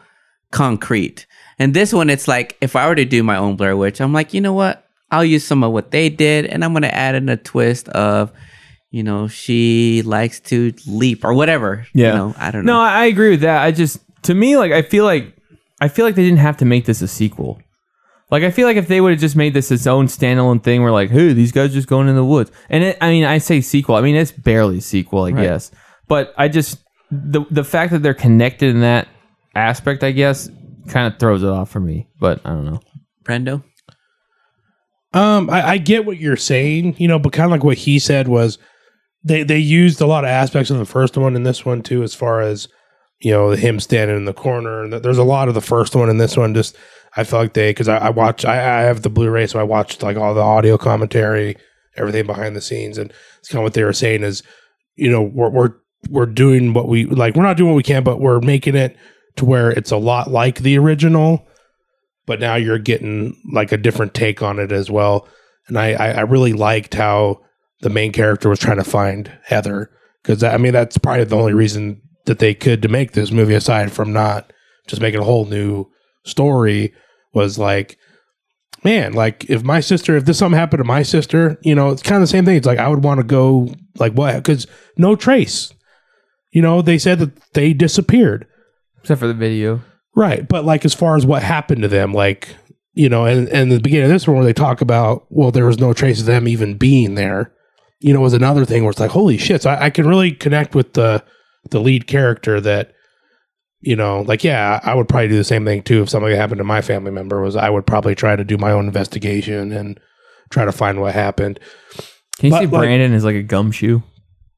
I: concrete. And this one it's like if I were to do my own Blair Witch, I'm like, "You know what? I'll use some of what they did and I'm going to add in a twist of you know, she likes to leap or whatever.
G: Yeah.
I: You know, I don't know.
G: No, I I agree with that. I just to me like I feel like I feel like they didn't have to make this a sequel. Like I feel like if they would have just made this its own standalone thing, where like, hey, these guys just going in the woods. And it, I mean, I say sequel. I mean, it's barely a sequel, I guess. But I just the the fact that they're connected in that aspect, I guess, kind of throws it off for me. But I don't know.
I: Brendo.
H: Um, I, I get what you're saying, you know, but kind of like what he said was they they used a lot of aspects of the first one and this one too, as far as you know him standing in the corner. And there's a lot of the first one and this one. Just I felt like they because I, I watch I, I have the Blu-ray, so I watched like all the audio commentary, everything behind the scenes, and it's kind of what they were saying is you know we're we're we're doing what we like. We're not doing what we can, but we're making it to where it's a lot like the original but now you're getting like a different take on it as well. And I, I, I really liked how the main character was trying to find Heather because I mean that's probably the only reason that they could to make this movie aside from not just making a whole new story was like, man, like if my sister, if this something happened to my sister, you know, it's kind of the same thing. It's like I would want to go like what because no trace. You know, they said that they disappeared.
G: Except for the video.
H: Right, but like as far as what happened to them, like you know, and and the beginning of this one where they talk about well, there was no trace of them even being there. You know, was another thing where it's like, holy shit! So I, I can really connect with the the lead character that you know, like yeah, I would probably do the same thing too if something happened to my family member. Was I would probably try to do my own investigation and try to find what happened.
G: Can you
H: But,
G: see
H: like-
G: Brandon is like a gumshoe,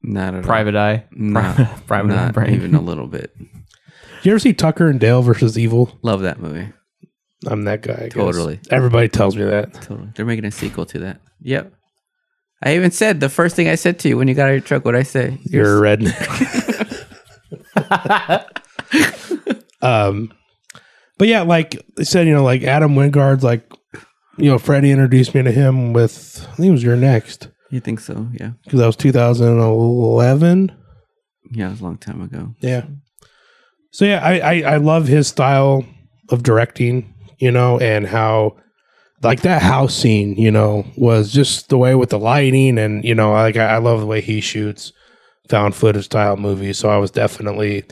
I: Not at all.
G: private eye,
I: Not,
G: <laughs> private eye,
I: not
G: Brandon.
I: even a little bit.
H: You ever see Tucker and Dale versus Evil?
I: Love that movie.
H: I'm that guy. I guess.
I: Totally.
H: Everybody tells me that.
I: Totally. They're making a sequel to that. Yep. I even said the first thing I said to you when you got out of your truck, what I say?
H: You're a redneck. um, but yeah, like I said, you know, like Adam Wingard's like, you know, Freddie introduced me to him with I think it was your next
I: You think so? Yeah.
H: because that was 2011.
I: Yeah, it was a long time ago.
H: Yeah. So yeah, I, I I love his style of directing, you know, and how like that house scene, you know, was just the way with the lighting and you know, like I, I love the way he shoots found footage style movies. So I was definitely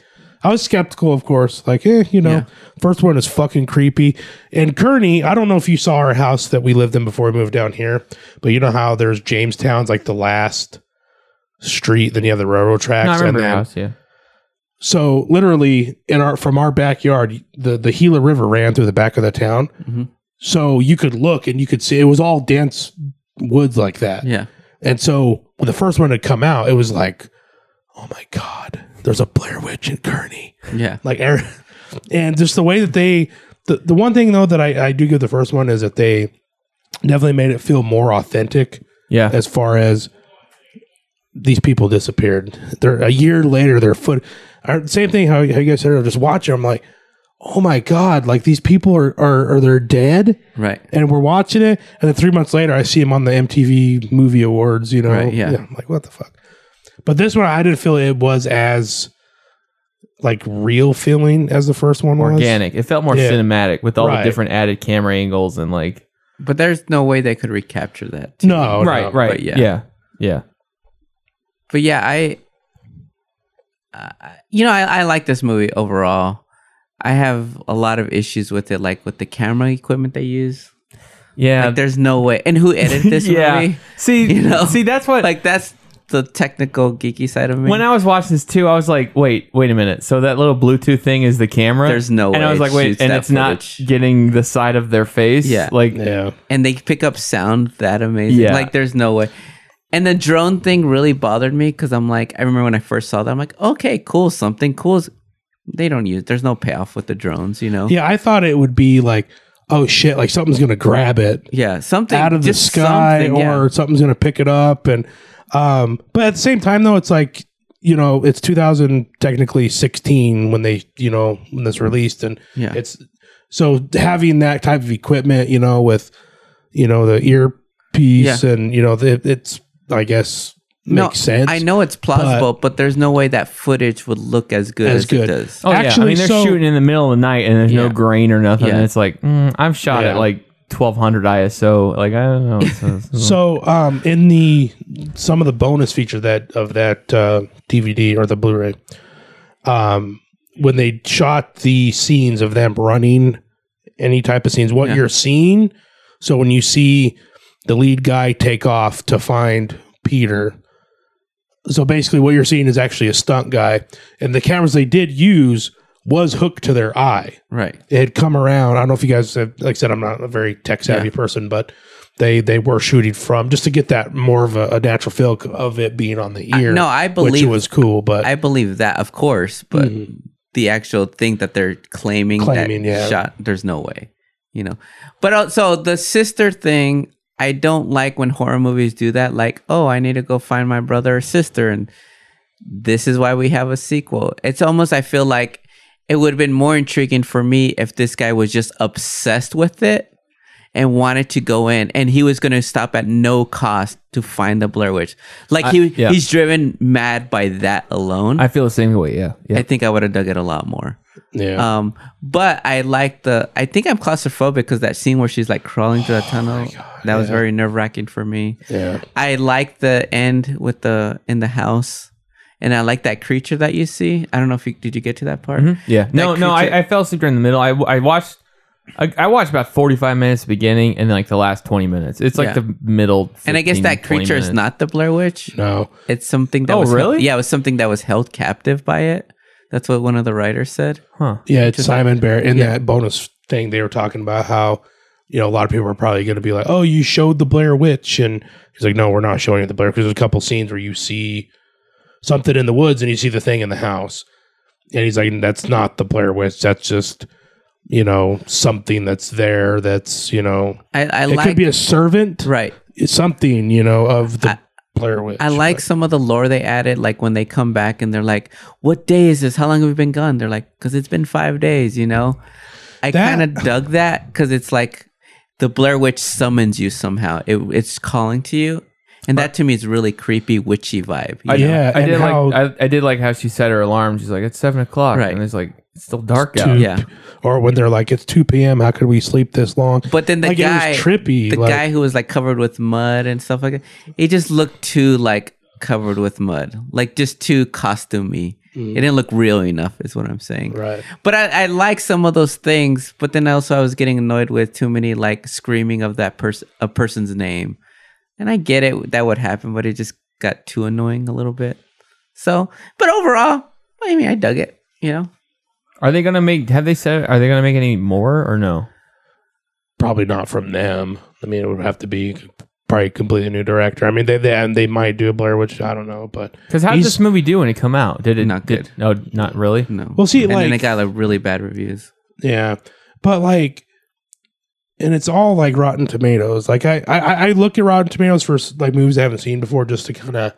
H: I was skeptical, of course. Like, eh, you know,
I: Yeah.
H: first one is fucking creepy. And Kearney, I don't know if you saw our house that we lived in before we moved down here, but you know how there's Jamestown's like the last street, then you have the railroad tracks,
G: No, I remember
H: and then
G: house. Yeah.
H: so literally in our from our backyard, the the Gila River ran through the back of the town.
I: Mhm.
H: So you could look and you could see it was all dense woods like that.
I: Yeah.
H: And so when the first one had come out, it was like, oh my god, there's a Blair Witch in Kearney.
I: Yeah.
H: Like, er- <laughs> and just the way that they, the, the one thing though that I, I do give the first one is that they definitely made it feel more authentic
G: Yeah.
H: as far as these people disappeared. They're a year later. Their foot. I- Same thing. How, how you guys said it. Just watching. I'm like, oh my god! Like these people are are are they're dead?
I: Right.
H: And we're watching it. And then three months later, I see him on the MTV Movie Awards. You know.
I: Right, yeah.
H: I'm like, what the fuck? But this one, I didn't feel it was as like real feeling as the first one was.
G: Organic. It felt more
H: Yeah.
G: cinematic with all
H: Right.
G: the different added camera angles and like.
I: But there's no way they could recapture that.
H: No.
G: right.
H: no.
G: right.
I: but yeah.
G: Yeah. Yeah.
I: But yeah, I, uh, you know, I, I like this movie overall. I have a lot of issues with it, like with the camera equipment they use.
G: Yeah.
I: Like, there's no way. And who edited
G: <laughs>
I: this movie?
G: See,
I: You know?
G: see, that's what. Like
I: <laughs> Like, that's the technical geeky side of me.
G: when I was watching this too, I was like, "Wait, wait a minute." So that little Bluetooth thing is the camera.
I: There's no
G: And
I: way
G: I was
I: it
G: like, "Wait,"
I: shoots
G: and
I: that
G: it's not
I: footage.
G: getting the side of their face.
I: Yeah.
G: Like,
H: Yeah.
I: and they pick up sound that amazing.
G: Yeah.
I: Like there's no way. And the drone thing really bothered me because I'm like, I remember when I first saw that, I'm like, okay, cool, something cool is they don't use. There's no payoff with the drones, you know.
H: Yeah, I thought it would be like, oh shit, like something's gonna grab it
I: Yeah, something
H: out of the
I: just
H: sky
I: something, yeah.
H: or something's gonna pick it up and um but at the same time though it's like you know it's 2000 technically 16 when they you know when this released and
I: Yeah.
H: it's so having that type of equipment you know with you know the earpiece
I: Yeah.
H: and you know the, it's i guess makes
I: No,
H: sense
I: I know it's plausible, but, there's no way that footage would look as good as,
H: as good
I: it does.
G: Oh yeah, I mean they're
H: so-
G: shooting in the middle of the night and there's no
I: Yeah.
G: grain or nothing.
I: Yeah.
G: And it's like mm, I've shot
H: Yeah.
G: at like 1200 ISO. Like I don't know. It's-
I: <laughs>
G: it's-
H: So, um, in the some of the bonus feature that of that uh, DVD or the Blu-ray, um, when they shot the scenes of them running, any type of scenes, what
I: Yeah.
H: you're seeing. So when you see the lead guy take off to find Peter, so basically what you're seeing is actually a stunt guy, and the cameras they did use was hooked to their eye
I: Right.
H: it had come around. I don't know if you guys have, like I said, I'm not a very tech savvy person, but they they were shooting from just to get that more of a, a natural feel of it being on the
I: I-
H: ear.
I: no, I
H: which
I: believe-
H: was cool, but Mm-hmm.
I: I believe that, of course, but the actual thing that they're claiming,
H: Claiming,
I: that
H: yeah.
I: shot, there's no way, you know. But also the sister thing, I don't like when horror movies do that. Like, oh, I need to go find my brother or sister, and this is why we have a sequel. It's almost I feel like it would have been more intriguing for me if this guy was just obsessed with it and wanted to go in and he was going to stop at no cost to find the Blair Witch. Like he
G: yeah.
I: he's driven mad by that alone.
G: I feel the same way. Yeah, yeah.
I: I think I would have dug it a lot more.
H: yeah,
I: Um, but I like the. I think I'm claustrophobic because that scene where she's like crawling
H: Oh
I: through a tunnel that was very nerve wracking for me.
H: yeah,
I: I like the end with the in the house, and I like that creature that you see. I don't know if you did you get to that part.
H: Mm-hmm.
G: Yeah. No,
I: That
G: no,
I: creature-
G: I, I fell asleep during the middle. I, I watched I, I watched about 45 minutes at the beginning and then like the last 20 minutes. It's like
I: Yeah.
G: the middle. 15,
I: and I guess
G: 20
I: that creature is
G: minutes.
I: not the Blair Witch.
H: no,
I: It's something that
G: Oh,
I: was held-
G: really?
I: yeah, it was something that was held captive by it. That's what one of the writers said.
H: yeah. It's Simon Barrett in that bonus thing they were talking about how you know a lot of people are probably going to be like, oh, you showed the Blair Witch, and he's like, no, we're not showing you the Blair because there's a couple scenes where you see something in the woods and you see the thing in the house, and he's like, that's not the Blair Witch, that's just you know something that's there that's you know
I: I, I
H: it
I: like
H: could be a servant
I: right.
H: it's something you know of the
I: I-
H: Blair Witch.
I: I like
H: but-
I: some of the lore they added, like when they come back and they're like, "What day is this? How long have we been gone?" They're like, "Cause it's been five days," you know. I
H: That-
I: kind
H: <laughs>
I: of dug that because it's like the Blair Witch summons you somehow. It, it's calling to you, and that to me is really creepy witchy vibe. you
G: I,
I: know?
H: Yeah,
G: yeah, I
H: and
G: did
H: how-
G: like I, I did like how she set her alarm. She's like it's seven o'clock,
I: Right.
G: And it's like it's still dark out.
H: two-
I: yeah.
H: or when they're like, "It's two p.m. How could we sleep this long?"
I: But then the
H: Like, it was
I: guy,
H: trippy,
I: the
H: like-
I: guy who was like covered with mud and stuff like that, he just looked too like covered with mud, like just too costumey. It didn't look real enough, is what I'm saying.
H: Mm. Right.
I: But I, I like some of those things, but then also I was getting annoyed with too many like screaming of that person, a person's name, and I get it that would happen, but it just got too annoying a little bit. So, but overall, I mean, I dug it. You know,
G: Are they gonna make? Have they said? Are they gonna make any more or no?
H: probably not from them. I mean, it would have to be probably a completely new director. I mean, they they and they might do a Blair Witch. I don't know, but
G: Because how did
H: He's-
G: this movie do when it come out? Did it
I: Not
G: did-
I: good. Mm.
G: no, not really.
I: no.
H: Well, see,
I: and then
H: like-
I: it got like really bad reviews.
H: yeah, but like, and it's all like Rotten Tomatoes. Like I I, I- I look at Rotten Tomatoes for like movies I haven't seen before just to kind of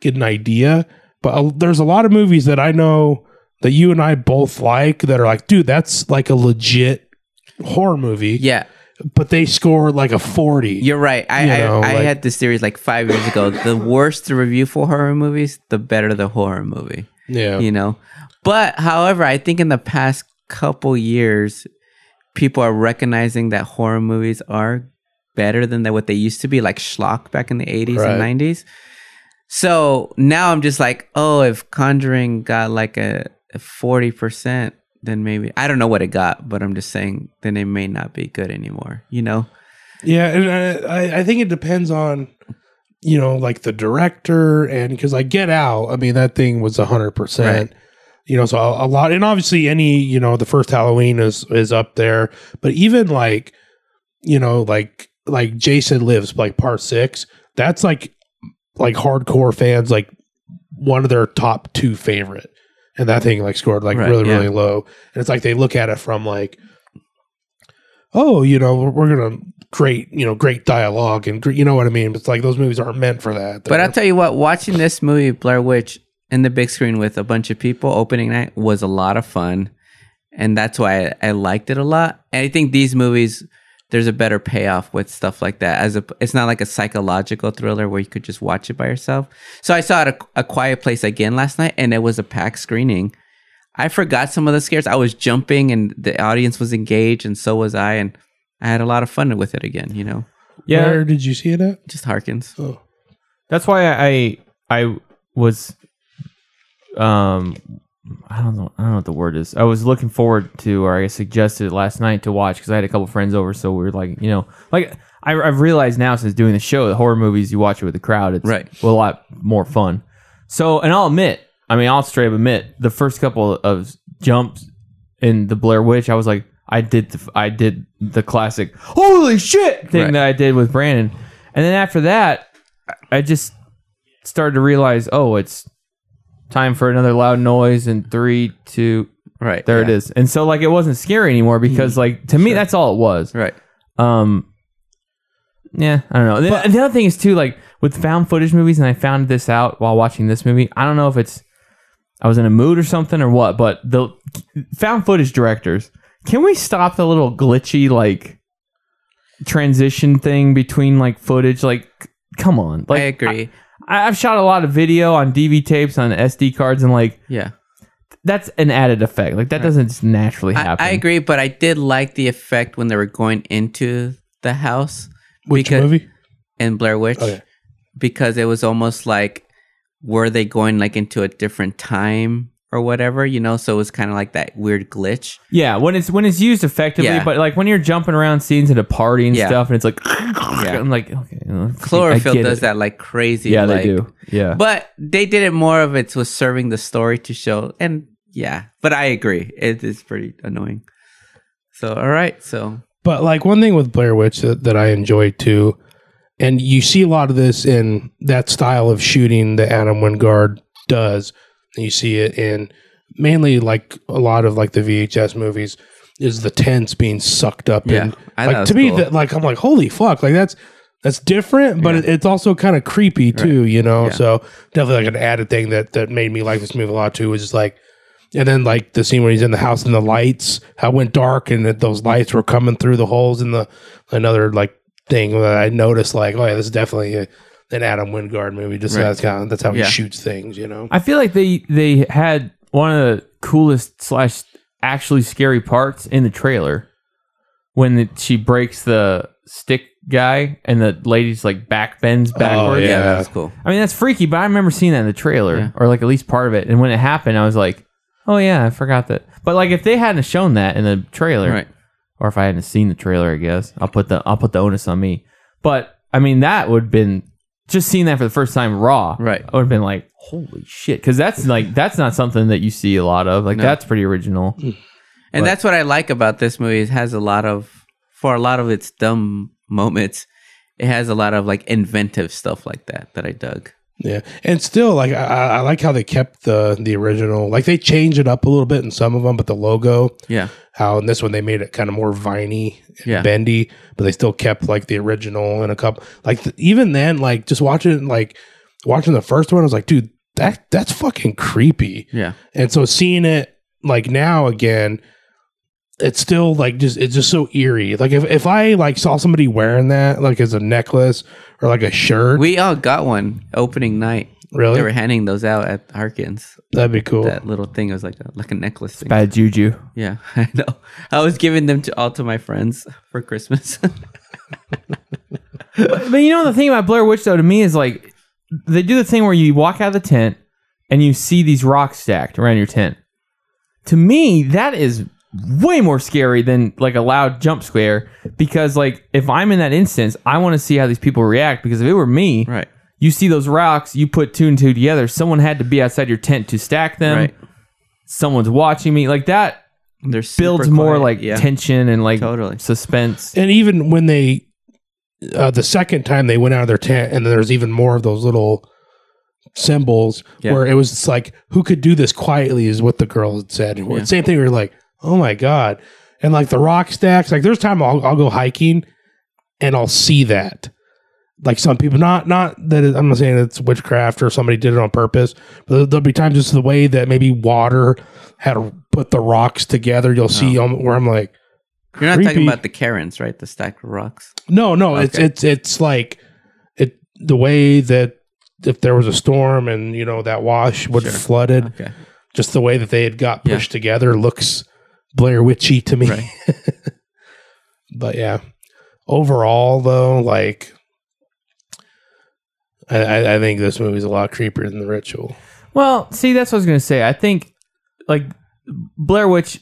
H: get an idea. But uh, there's a lot of movies that I know that you and I both like that are like, dude, that's like a legit horror movie.
I: Yeah,
H: but they score like a 40
I: You're right. I
H: You know,
I: I, I
H: like-
I: had this series like five years ago. The worse the review for horror movies, the better the horror movie.
H: yeah
I: You know. But however, I think in the past couple years, people are recognizing that horror movies are better than they- what they used to be, like schlock back in the eighties
H: Right.
I: and nineties. So now I'm just like, oh, if Conjuring got like a forty percent, then maybe I don't know what it got, but I'm just saying then it may not be good anymore. You know.
H: yeah and I, I- I think it depends on you know like the director and because like get out i mean that thing was 100%
I: Right.
H: you know so a, a lot and obviously any you know the first halloween is is up there but even like you know like like jason lives like part six that's like like hardcore fans like one of their top two favorite and that thing like scored like
I: Right,
H: really
I: yeah.
H: really low and it's like they look at it from like oh you know we're, we're gonna create you know great dialogue and gre- you know what i mean it's like those movies aren't meant for that
I: But I'll
H: They're-
I: tell you what, watching this movie Blair Witch in the big screen with a bunch of people opening night was a lot of fun, and that's why I, I liked it a lot. And I think these movies, there's a better payoff with stuff like that. As a, it's not like a psychological thriller where you could just watch it by yourself. So I saw it at a, a Quiet Place again last night, and it was a packed screening. I forgot some of the scares. I was jumping, and the audience was engaged, and so was I, and I had a lot of fun with it again. You know,
G: Yeah,
H: where did you see it at
I: just Harkins.
H: oh
G: that's why I I was um I don't know I don't know what the word is. I was looking forward to or I suggested last night to watch because I had a couple friends over, so we were like you know like I, I've realized now since doing the show the horror movies you watch it with the crowd it's
I: Right.
G: a lot more fun. So and I'll admit I mean I'll straight up admit the first couple of jumps in the Blair Witch I was like I did the, I did the classic holy shit thing
I: Right.
G: that I did with Brandon and then after that I just started to realize, oh, it's time for another loud noise and three, two,
I: Right
G: there it
I: yeah. Mm-hmm.
G: is. And so like it wasn't scary anymore because like to me that's all it was.
I: Right.
G: Um Yeah, I don't know. The- the other thing is too, like with found footage movies, and I found this out while watching this movie. I don't know if it's I was in a mood or something or what, but the found footage directors, can we stop the little glitchy like transition thing between like footage? Like c- come on. Like
I: I agree.
G: I, I've shot a lot of video on DV tapes, on SD cards, and like
I: yeah.
G: that's an added effect. Like that doesn't just naturally
I: I,
G: happen.
I: I agree, but I did like the effect when they were going into the house
H: which
I: Because-
H: movie
I: in Blair Witch
H: Oh, yeah.
I: because it was almost like were they going like into a different time or whatever, you know? So it was kind of like that weird glitch.
G: Yeah, when it's when it's used effectively,
I: Yeah.
G: but like when you're jumping around scenes at a party and
I: Yeah.
G: stuff, and it's
I: <laughs>
G: like I'm like okay, uh, I
I: Chlorophyll
G: get
I: does
G: it.
I: that like crazy.
G: Yeah,
I: like-
G: they do. Yeah,
I: But they did it more of it was serving the story to show, and yeah. But I agree, it is pretty annoying. So all right, so
H: But like one thing with Blair Witch that, that I enjoyed too, and you see a lot of this in that style of shooting that Adam Wingard does. And you see it in mainly like a lot of like the VHS movies is the tents being sucked up.
I: Yeah,
H: and
I: I thought it
H: like
I: was
H: to me,
I: cool.
H: that like I'm like holy fuck, like that's that's different, but it, it's also kind of creepy too, you know.
I: Yeah.
H: So definitely like an added thing that that made me like this movie a lot too was just like and then like the scene where he's in the house and the lights, how it went dark and that those lights were coming through the holes in the another like thing that I noticed like, oh yeah, this is definitely a, an Adam Wingard movie. Just
I: Right.
H: that's kind of, that's how
I: Yeah.
H: he shoots things, you know.
G: I feel like they they had one of the coolest slash actually scary parts in the trailer when the, she breaks the stick guy and the lady's like back bends backwards.
I: Oh, yeah,
H: Yeah.
I: that was cool.
G: I mean, that's freaky, but I remember seeing that in the trailer,
I: Yeah.
G: or like at least part of it. And when it happened, I was like, "Oh yeah, I forgot that." But like, if they hadn't shown that in the trailer,
I: Right.
G: or if I hadn't seen the trailer, I guess I'll put the I'll put the onus on me. But I mean, that would have been just seeing that for the first time raw.
I: Right.
G: I would have been like, "Holy shit!" Because that's like that's not something that you see a lot of. Like
I: No.
G: that's pretty original.
I: And
G: But-
I: that's what I like about this movie. It has a lot of, for a lot of its dumb moments, it has a lot of like inventive stuff like that that I dug.
H: Yeah, and still, like I- I, I like how they kept the the original. Like they changed it up a little bit in some of them, but the logo,
I: Yeah.
H: how in this one they made it kind of more viney and
I: Yeah.
H: bendy, but they still kept like the original and a couple. Like th- even then, like just watching like watching the first one, I was like, dude, that that's fucking creepy.
I: Yeah.
H: And so seeing it like now again, it's still like just it's just so eerie. Like if if I like saw somebody wearing that like as a necklace or like a shirt,
I: We all got one opening night. They were
H: really,
I: handing those out at Harkins.
H: that'd be cool.
I: That little thing it was like a, like a necklace thing.
G: Bad juju.
I: Yeah, <laughs> I know. I was giving them to all to my friends for Christmas. <laughs>
G: But you know the thing about Blair Witch though to me is like they do the thing where you walk out of the tent and you see these rocks stacked around your tent. To me, that is way more scary than like a loud jump scare because like if I'm in that instance, I want to see how these people react because if it were me,
I: right.
G: you see those rocks, you put two and two together. Someone had to be outside your tent to stack them.
I: Right.
G: Someone's watching me. Like that
I: They're
G: builds
I: super
G: more
I: quiet.
G: like
I: yeah.
G: tension and like
I: Totally.
G: suspense.
H: and even when they uh, the second time they went out of their tent and there's even more of those little symbols
I: Yeah.
H: where it was just like who could do this quietly is what the girl had said and
I: Yeah.
H: same thing we were like oh my god and like the rock stacks like there's time I'll, I'll go hiking and I'll see that like some people not not that it- I'm not saying it's witchcraft or somebody did it on purpose but there'll- there'll be times it's the way that maybe water had put the rocks together you'll see um, where I'm like
I: You're not
H: Creepy.
I: talking about the Karens, right? The stack of rocks.
H: No, no, it's
I: Okay.
H: it's it's like it the way that if there was a storm and you know that wash would have flooded,
I: Okay.
H: just the way that they had got
I: Yeah.
H: pushed together looks Blair Witchy to me.
I: Right.
H: <laughs> but yeah, overall though, like I, I, I think this movie's a lot creepier than the Ritual.
G: Well, see, that's what I was gonna say. I think like Blair Witch.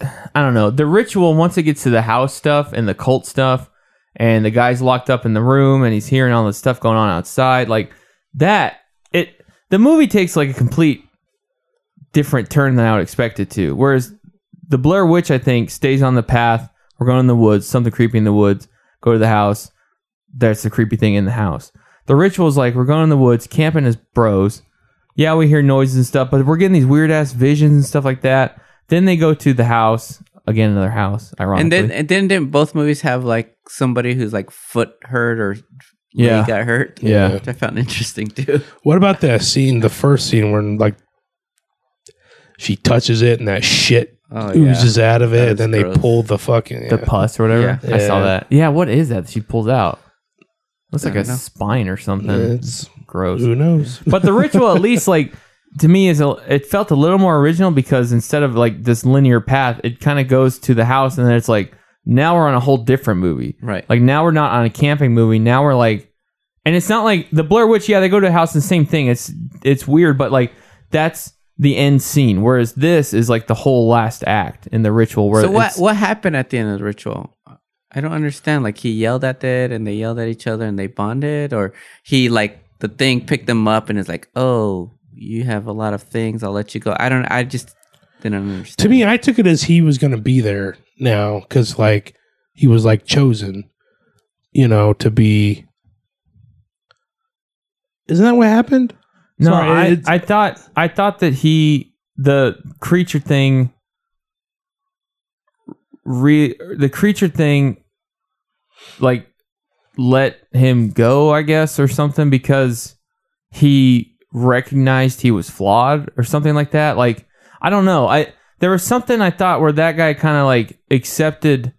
G: I don't know the ritual. Once it gets to the house stuff and the cult stuff, and the guy's locked up in the room and he's hearing all this stuff going on outside, like that. It the movie takes like a complete different turn than I would expect it to. Whereas the Blair Witch, I think, stays on the path. We're going in the woods. Something creepy in the woods. Go to the house. That's the creepy thing in the house. The ritual is like we're going in the woods, camping as bros yeah, we hear noises and stuff, but we're getting these weird ass visions and stuff like that. Then they go to the house again, another house. Ironically,
I: And then and then didn't both movies have like somebody who's like foot hurt or
G: Yeah.
I: leg got hurt?
G: Yeah.
I: Which I found interesting too.
H: What about that scene, the first scene when like she touches it and that shit
I: <laughs> Oh, yeah.
H: oozes out of
I: That
H: it,
I: was
H: and then
I: gross.
H: they pull the fucking
G: the
H: yeah.
G: pus or whatever.
I: Yeah.
G: I saw
H: Yeah.
G: that. Yeah, what is that? that She pulls out. Looks like
I: I
G: a
I: don't know.
G: spine or something.
H: It's-
I: <laughs>
G: Gross.
H: Who knows?
G: but the ritual at least like to me is a, it felt a little more original because instead of like this linear path it kind of goes to the house and then it's like now we're on a whole different movie
I: Right.
G: like now we're not on a camping movie now we're like and it's not like the blair witch yeah they go to a house and same thing it's it's weird but like that's the end scene whereas this is like the whole last act in the ritual where
I: So what
G: it's-
I: what happened at the end of the ritual? I don't understand. Like he yelled at it and they yelled at each other and they bonded, or he like the thing picked them up and is like, Oh, you have a lot of things, I'll let you go. I don't I just didn't understand.
H: to me, I took it as he was going to be there now because, like, he was like chosen, you know, to be. Isn't that what happened?
G: No,
H: Sorry,
G: I,
H: it's-
G: I thought I thought that he the creature thing re the creature thing like let him go, I guess, or something because he recognized he was flawed or something like that. Like I don't know. I there was something I thought where that guy kind of like accepted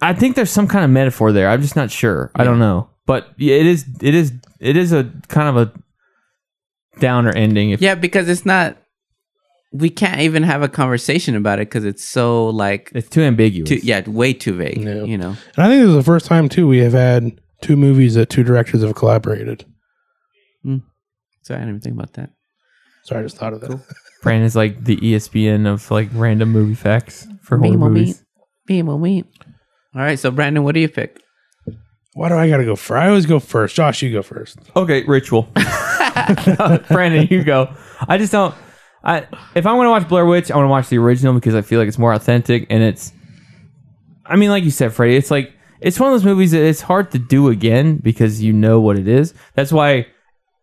G: I think there's some kind of metaphor there. I'm just not sure. I don't know. But yeah, it is it is it is a kind of a downer ending if
I: Yeah, because it's not we can't even have a conversation about it because it's so like
G: it's too ambiguous.
I: too, yeah, way too vague.
H: No.
I: You know.
H: And I think this is the first time, too, we have had two movies that two directors have collaborated.
I: So I didn't even think about that.
H: Sorry, I just thought of that.
G: Brandon's like the E ESPN of like random movie facts for horror movies.
I: Beam weep. All right, so Brandon, what do you pick?
H: Why do I got to go first? I always go first. Josh, you go first.
G: Okay, ritual. <laughs> Brandon, you go. I just don't I if I'm gonna watch Blair Witch, I wanna watch the original because I feel like it's more authentic and it's I mean, like you said, Freddie, it's like it's one of those movies that it's hard to do again because you know what it is. That's why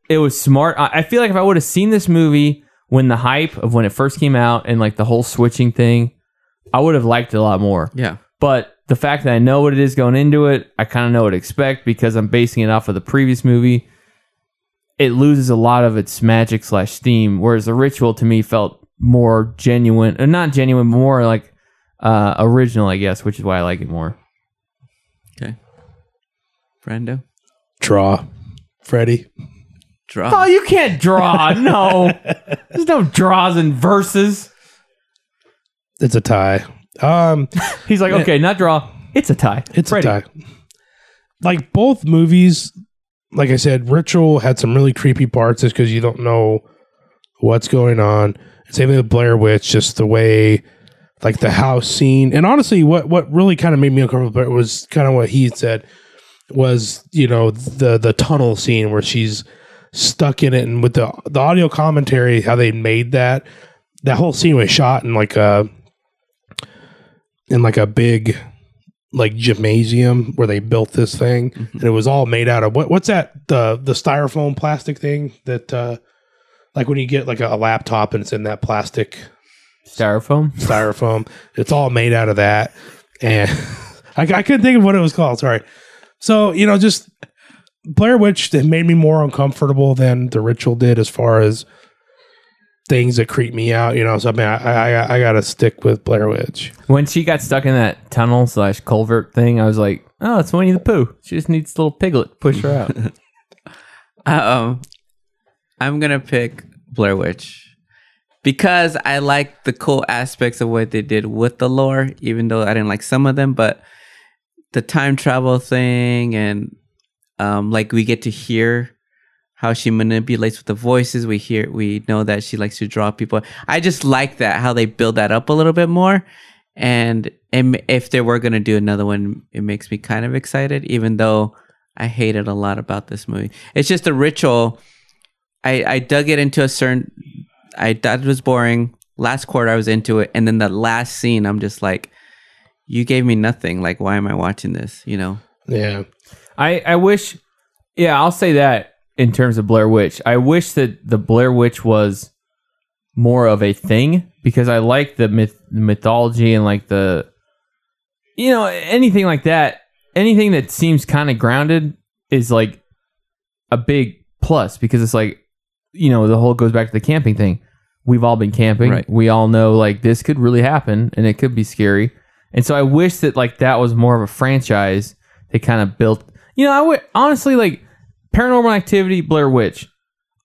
G: it was smart. I, I feel like if I would have seen this movie when the hype of when it first came out and like the whole switching thing, I would have liked it a lot more.
I: Yeah.
G: But the fact that I know what it is going into it, I kind of know what to expect because I'm basing it off of the previous movie. It loses a lot of its magic slash theme, whereas the ritual to me felt more genuine, or not genuine, but more like uh, original, I guess, which is why I like it more.
I: Okay. Brando.
H: Draw. Freddy.
I: Draw.
G: Oh, you can't <laughs> draw. No, there's no draws and verses.
H: It's a tie. Um,
G: He's like, okay, not draw. It's a tie.
H: It's
G: Freddie.
H: a tie. Like both movies, like I said, Ritual had some really creepy parts just because you don't know what's going on. Same thing with Blair Witch, just the way, like the house scene. And honestly, what what really kind of made me uncomfortable was kind of what he had said was you know the the tunnel scene where she's stuck in it, and with the the audio commentary, how they made that that whole scene was shot in like a in like a big like gymnasium where they built this thing, and it was all made out of what? What's that? The the styrofoam plastic thing that, uh, like when you get like a, a laptop and it's in that plastic
G: Styrofoam.
H: styrofoam. <laughs> It's all made out of that, and <laughs> I, I couldn't think of what it was called. Sorry. So you know, just Blair Witch that made me more uncomfortable than the ritual did, as far as things that creep me out. You know, so I mean, I I, I got to stick with Blair Witch.
G: When she got stuck in that tunnel slash culvert thing, I was like, "Oh, it's Winnie the Pooh. She just needs a little piglet to push her out."
I: Um, I'm gonna pick Blair Witch because I like the cool aspects of what they did with the lore, even though I didn't like some of them. But the time travel thing, and um, like we get to hear how she manipulates with the voices. We hear, we know that she likes to draw people. I just like that how they build that up a little bit more. And and if they were gonna do another one, it makes me kind of excited, even though I hated a lot about this movie. It's just the ritual. I I dug it into a certain. I thought it was boring. Last quarter, I was into it, and then the last scene, I'm just like, "You gave me nothing. Like, why am I watching this?" You know.
H: Yeah.
G: I, I wish, yeah, I'll say that in terms of Blair Witch. I wish that the Blair Witch was more of a thing because I like the myth, mythology and like the, you know, anything like that. Anything that seems kind of grounded is like a big plus because it's like, you know, the whole goes back to the camping thing. We've all been camping.
I: Right.
G: We all know like this could really happen and it could be scary. And so I wish that like that was more of a franchise they kind of built. You know, I would honestly like Paranormal Activity, Blair Witch.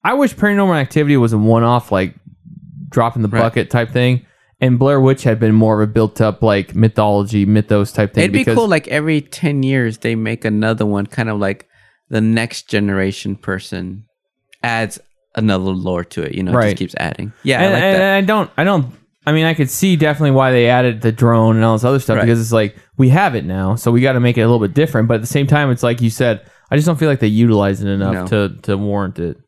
G: I wish Paranormal Activity was a one-off, like drop in the
I: Right.
G: bucket type thing, and Blair Witch had been more of a built-up like mythology, mythos type thing.
I: It'd be cool, like every ten years they make another one, kind of like the next generation person adds another lore to it. You know, it
G: Right.
I: just keeps adding. Yeah,
G: and,
I: I like
G: and
I: that.
G: I don't, I don't. I mean, I could see definitely why they added the drone and all this other stuff
I: Right.
G: because it's like we have it now, so we got to make it a little bit different. But at the same time, it's like you said, I just don't feel like they utilize it enough to to warrant it.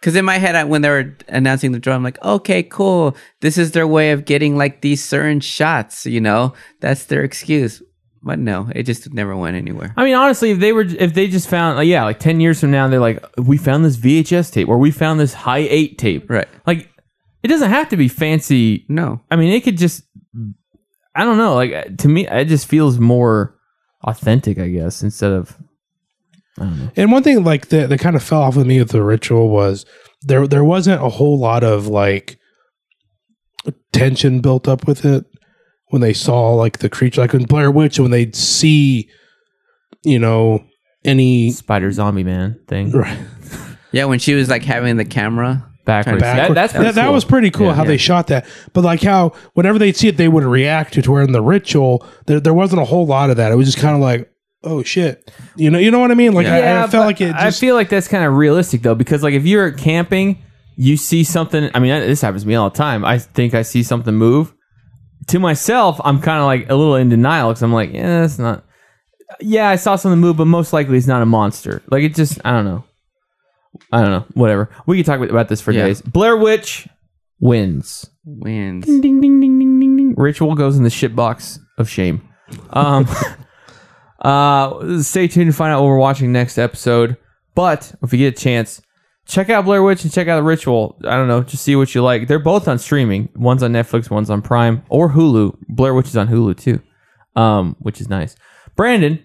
I: Because in my head, I, when they were announcing the draw, I'm like, okay, cool. This is their way of getting like these certain shots, you know? That's their excuse. But no, it just never went anywhere.
G: I mean, honestly, if they were, if they just found, like, yeah, like ten years from now, they're like, we found this VHS tape, or we found this high eight tape,
I: Right.
G: Like, it doesn't have to be fancy.
I: No.
G: I mean, it could just, I don't know. Like uh, to me, it just feels more authentic, I guess, instead of
H: And one thing like that that kind of fell off with me with the ritual was there there wasn't a whole lot of like tension built up with it when they saw like the creature like in Blair Witch when they'd see you know
G: <laughs>
H: any
G: Spider Zombie Man thing
H: right,
I: Yeah, when she was like having the camera.
G: backwards.
H: backward-
G: That, that's pretty
H: that, that
G: cool.
H: was pretty cool
G: Yeah,
H: how
G: yeah.
H: they shot that but like how whenever they'd see it they would react to it, where in the ritual there, there wasn't a whole lot of that it was just kind of like oh shit you know you know what I mean like I- I,
G: Yeah,
H: felt
G: but
H: like it just,
G: I feel like that's kind of realistic though, because like if you're camping, you see something. I mean, I- this happens to me all the time. I think I see something move. To myself, I'm kind of like a little in denial because I'm like, yeah, that's not. Yeah, I saw something move, but most likely it's not a monster. Like it just, I don't know. I don't know. Whatever. We could talk about this for
I: Yeah.
G: days. Blair Witch wins.
I: Wins.
G: Ding ding ding ding ding ding. Ritual goes in the shit box of shame. Um, <laughs> uh, stay tuned to find out what we're watching next episode. But if you get a chance, check out Blair Witch and check out the Ritual. I don't know, just see what you like. They're both on streaming. One's on Netflix, one's on Prime or Hulu. Blair Witch is on Hulu too, um, which is nice. Brandon,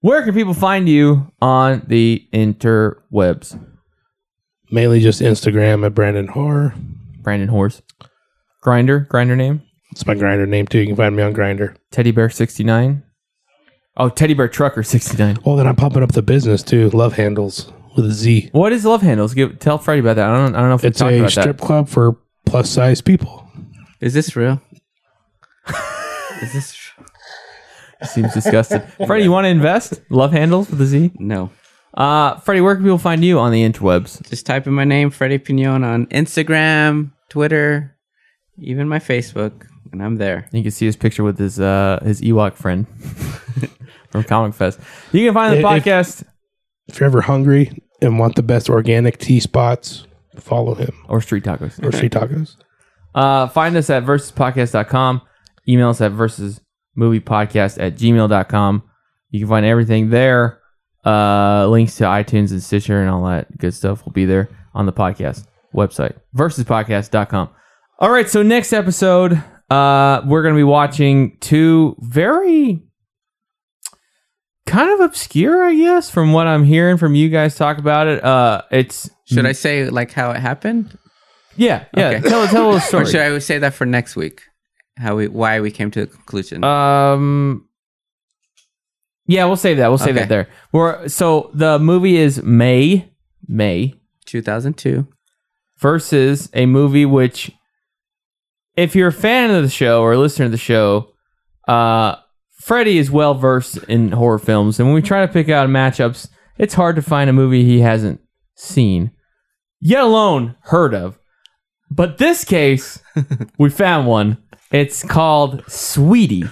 G: where can people find you on the interwebs?
H: mainly just Instagram at Brandon Horror
G: Brandon Horse, Grinder, Grinder name.
H: It's my grinder name too. You can find me on Grinder.
G: Teddy Bear 69. Oh, Teddy Bear Trucker 69.
H: Well, then I'm popping up the business too. Love handles with a Z.
G: What is Love Handles? Give tell Freddie about that. I don't I don't know if we
H: It's
G: talked
H: a
G: about
H: strip club for plus size people.
I: Is this real? is this.
G: that. Seems disgusted. Freddie, you want to invest? Love Handles with a Z.
I: No.
G: Uh, Freddie, where can people find you on the interwebs?
I: Just type in my name, Freddie Pignon, on Instagram, Twitter, even my Facebook, and I'm there.
G: You can see his picture with his uh his Ewok friend <laughs> from Comic Fest. You can find the
H: If- if-
G: podcast
H: If you're ever hungry and want the best organic tea spots, follow him
G: or Street Tacos.
H: or Street Tacos.
G: Uh, find us at versuspodcast.com. Email us at versus movie podcast at gmail.com. You can find everything there. Uh, links to iTunes and Stitcher and all that good stuff will be there on the podcast website, versuspodcast.com. All right, so next episode, uh, we're going to be watching two very kind of obscure, I guess, from what I'm hearing from you guys talk about it. Uh, it's
I: Should I say like how it happened,
G: yeah, yeah.
I: Okay.
G: Tell
I: <laughs>
G: tell a
I: or should
G: story.
I: I say that for next week? How we why we came to the conclusion?
G: um, yeah, we'll save that. We'll save
I: Okay.
G: that there. We're so the movie is May May
I: 2002.
G: versus a movie which, if you're a fan of the show or a listener to the show, uh, Freddie is well versed in horror films, and when we try to pick out matchups, it's hard to find a movie he hasn't seen, yet alone heard of. But this case, we found one. It's called Sweetie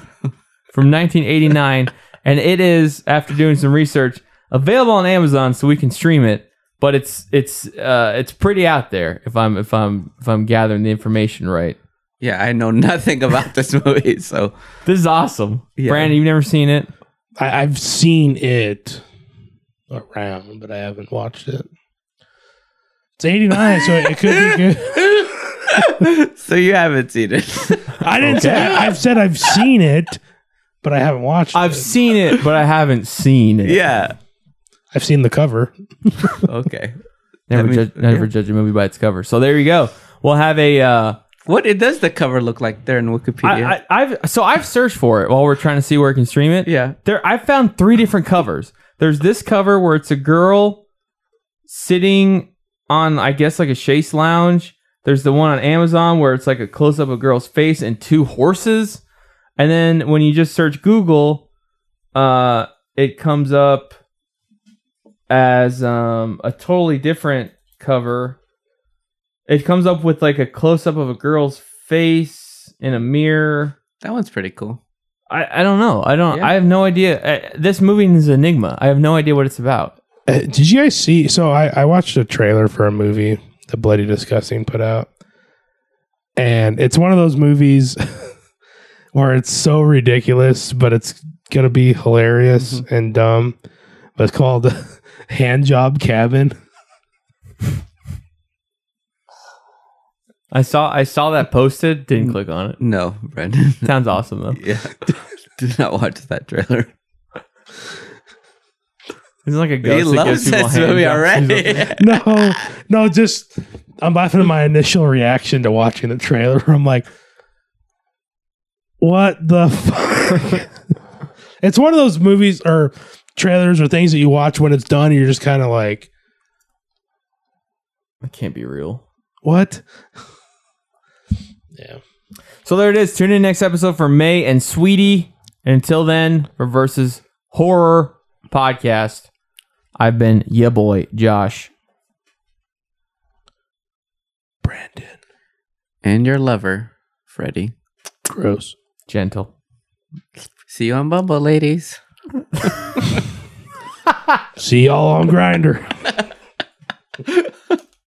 G: from 1989, <laughs> and it is after doing some research available on Amazon, so we can stream it. But it's it's uh, it's pretty out there if I'm if I'm if I'm gathering the information right.
I: Yeah, I know
G: <laughs>
I: nothing about this movie, so <laughs>
G: This is awesome,
I: Yeah.
G: Brandon. You've never seen it.
H: I, I've seen it around, but I haven't watched it. It's 89, so it could be good.
I: so you haven't seen it. <laughs>
H: I didn't say I've said I've seen it, but I haven't watched
G: I've
H: it.
G: seen it, but I haven't seen it.
I: yeah.
H: I've seen the cover.
I: Okay.
G: Never
I: That means-
G: judge never judge a movie by its cover. So there you go. We'll have a. Uh,
I: What it does the cover look like there in Wikipedia?
G: I, I, have so I've searched for it while we're trying to see where I can stream it.
I: Yeah.
G: there I found three different covers. There's this cover where it's a girl sitting on, I guess, like a chaise lounge. There's the one on Amazon where it's like a close up of a girl's face and two horses. And then when you just search Google, uh, it comes up as um, a totally different cover. It comes up with like a close up of a girl's face in a mirror.
I: that one's pretty cool.
G: I, I don't know. I don't.
I: Yeah.
G: I have no idea. Uh, this movie is an enigma. I have no idea what it's about.
H: Uh, did you guys see? So I, I watched a trailer for a movie that Bloody Disgusting put out, and it's one of those movies <laughs> where it's so ridiculous, but it's gonna be hilarious and dumb. But it's called <laughs> Hand Job Cabin.
G: I saw I saw that posted. Didn't click on it.
I: No, Brendan.
G: Sounds awesome though.
I: <laughs> yeah. <laughs> Did not watch that trailer.
G: It's like a ghost.
I: He
G: that
I: loves
G: gives people
I: this
G: hand
I: movie
G: jobs.
I: already.
G: <laughs>
I: <laughs>
H: <laughs> No, no, just I'm laughing at my initial reaction to watching the trailer. <laughs> where I'm like, what the <laughs> fuck? it's one of those movies or trailers or things that you watch when it's done and you're just kind of like,
G: It can't be real.
H: what? yeah.
G: So there it is. Tune in next episode for May and Sweetie. And until then, for versus horror podcast. I've been yeah boy Josh.
H: Brandon.
I: and your lover, Freddie.
H: Gross.
G: Gentle.
I: See you on Bumble, ladies.
H: See y'all on Grinder.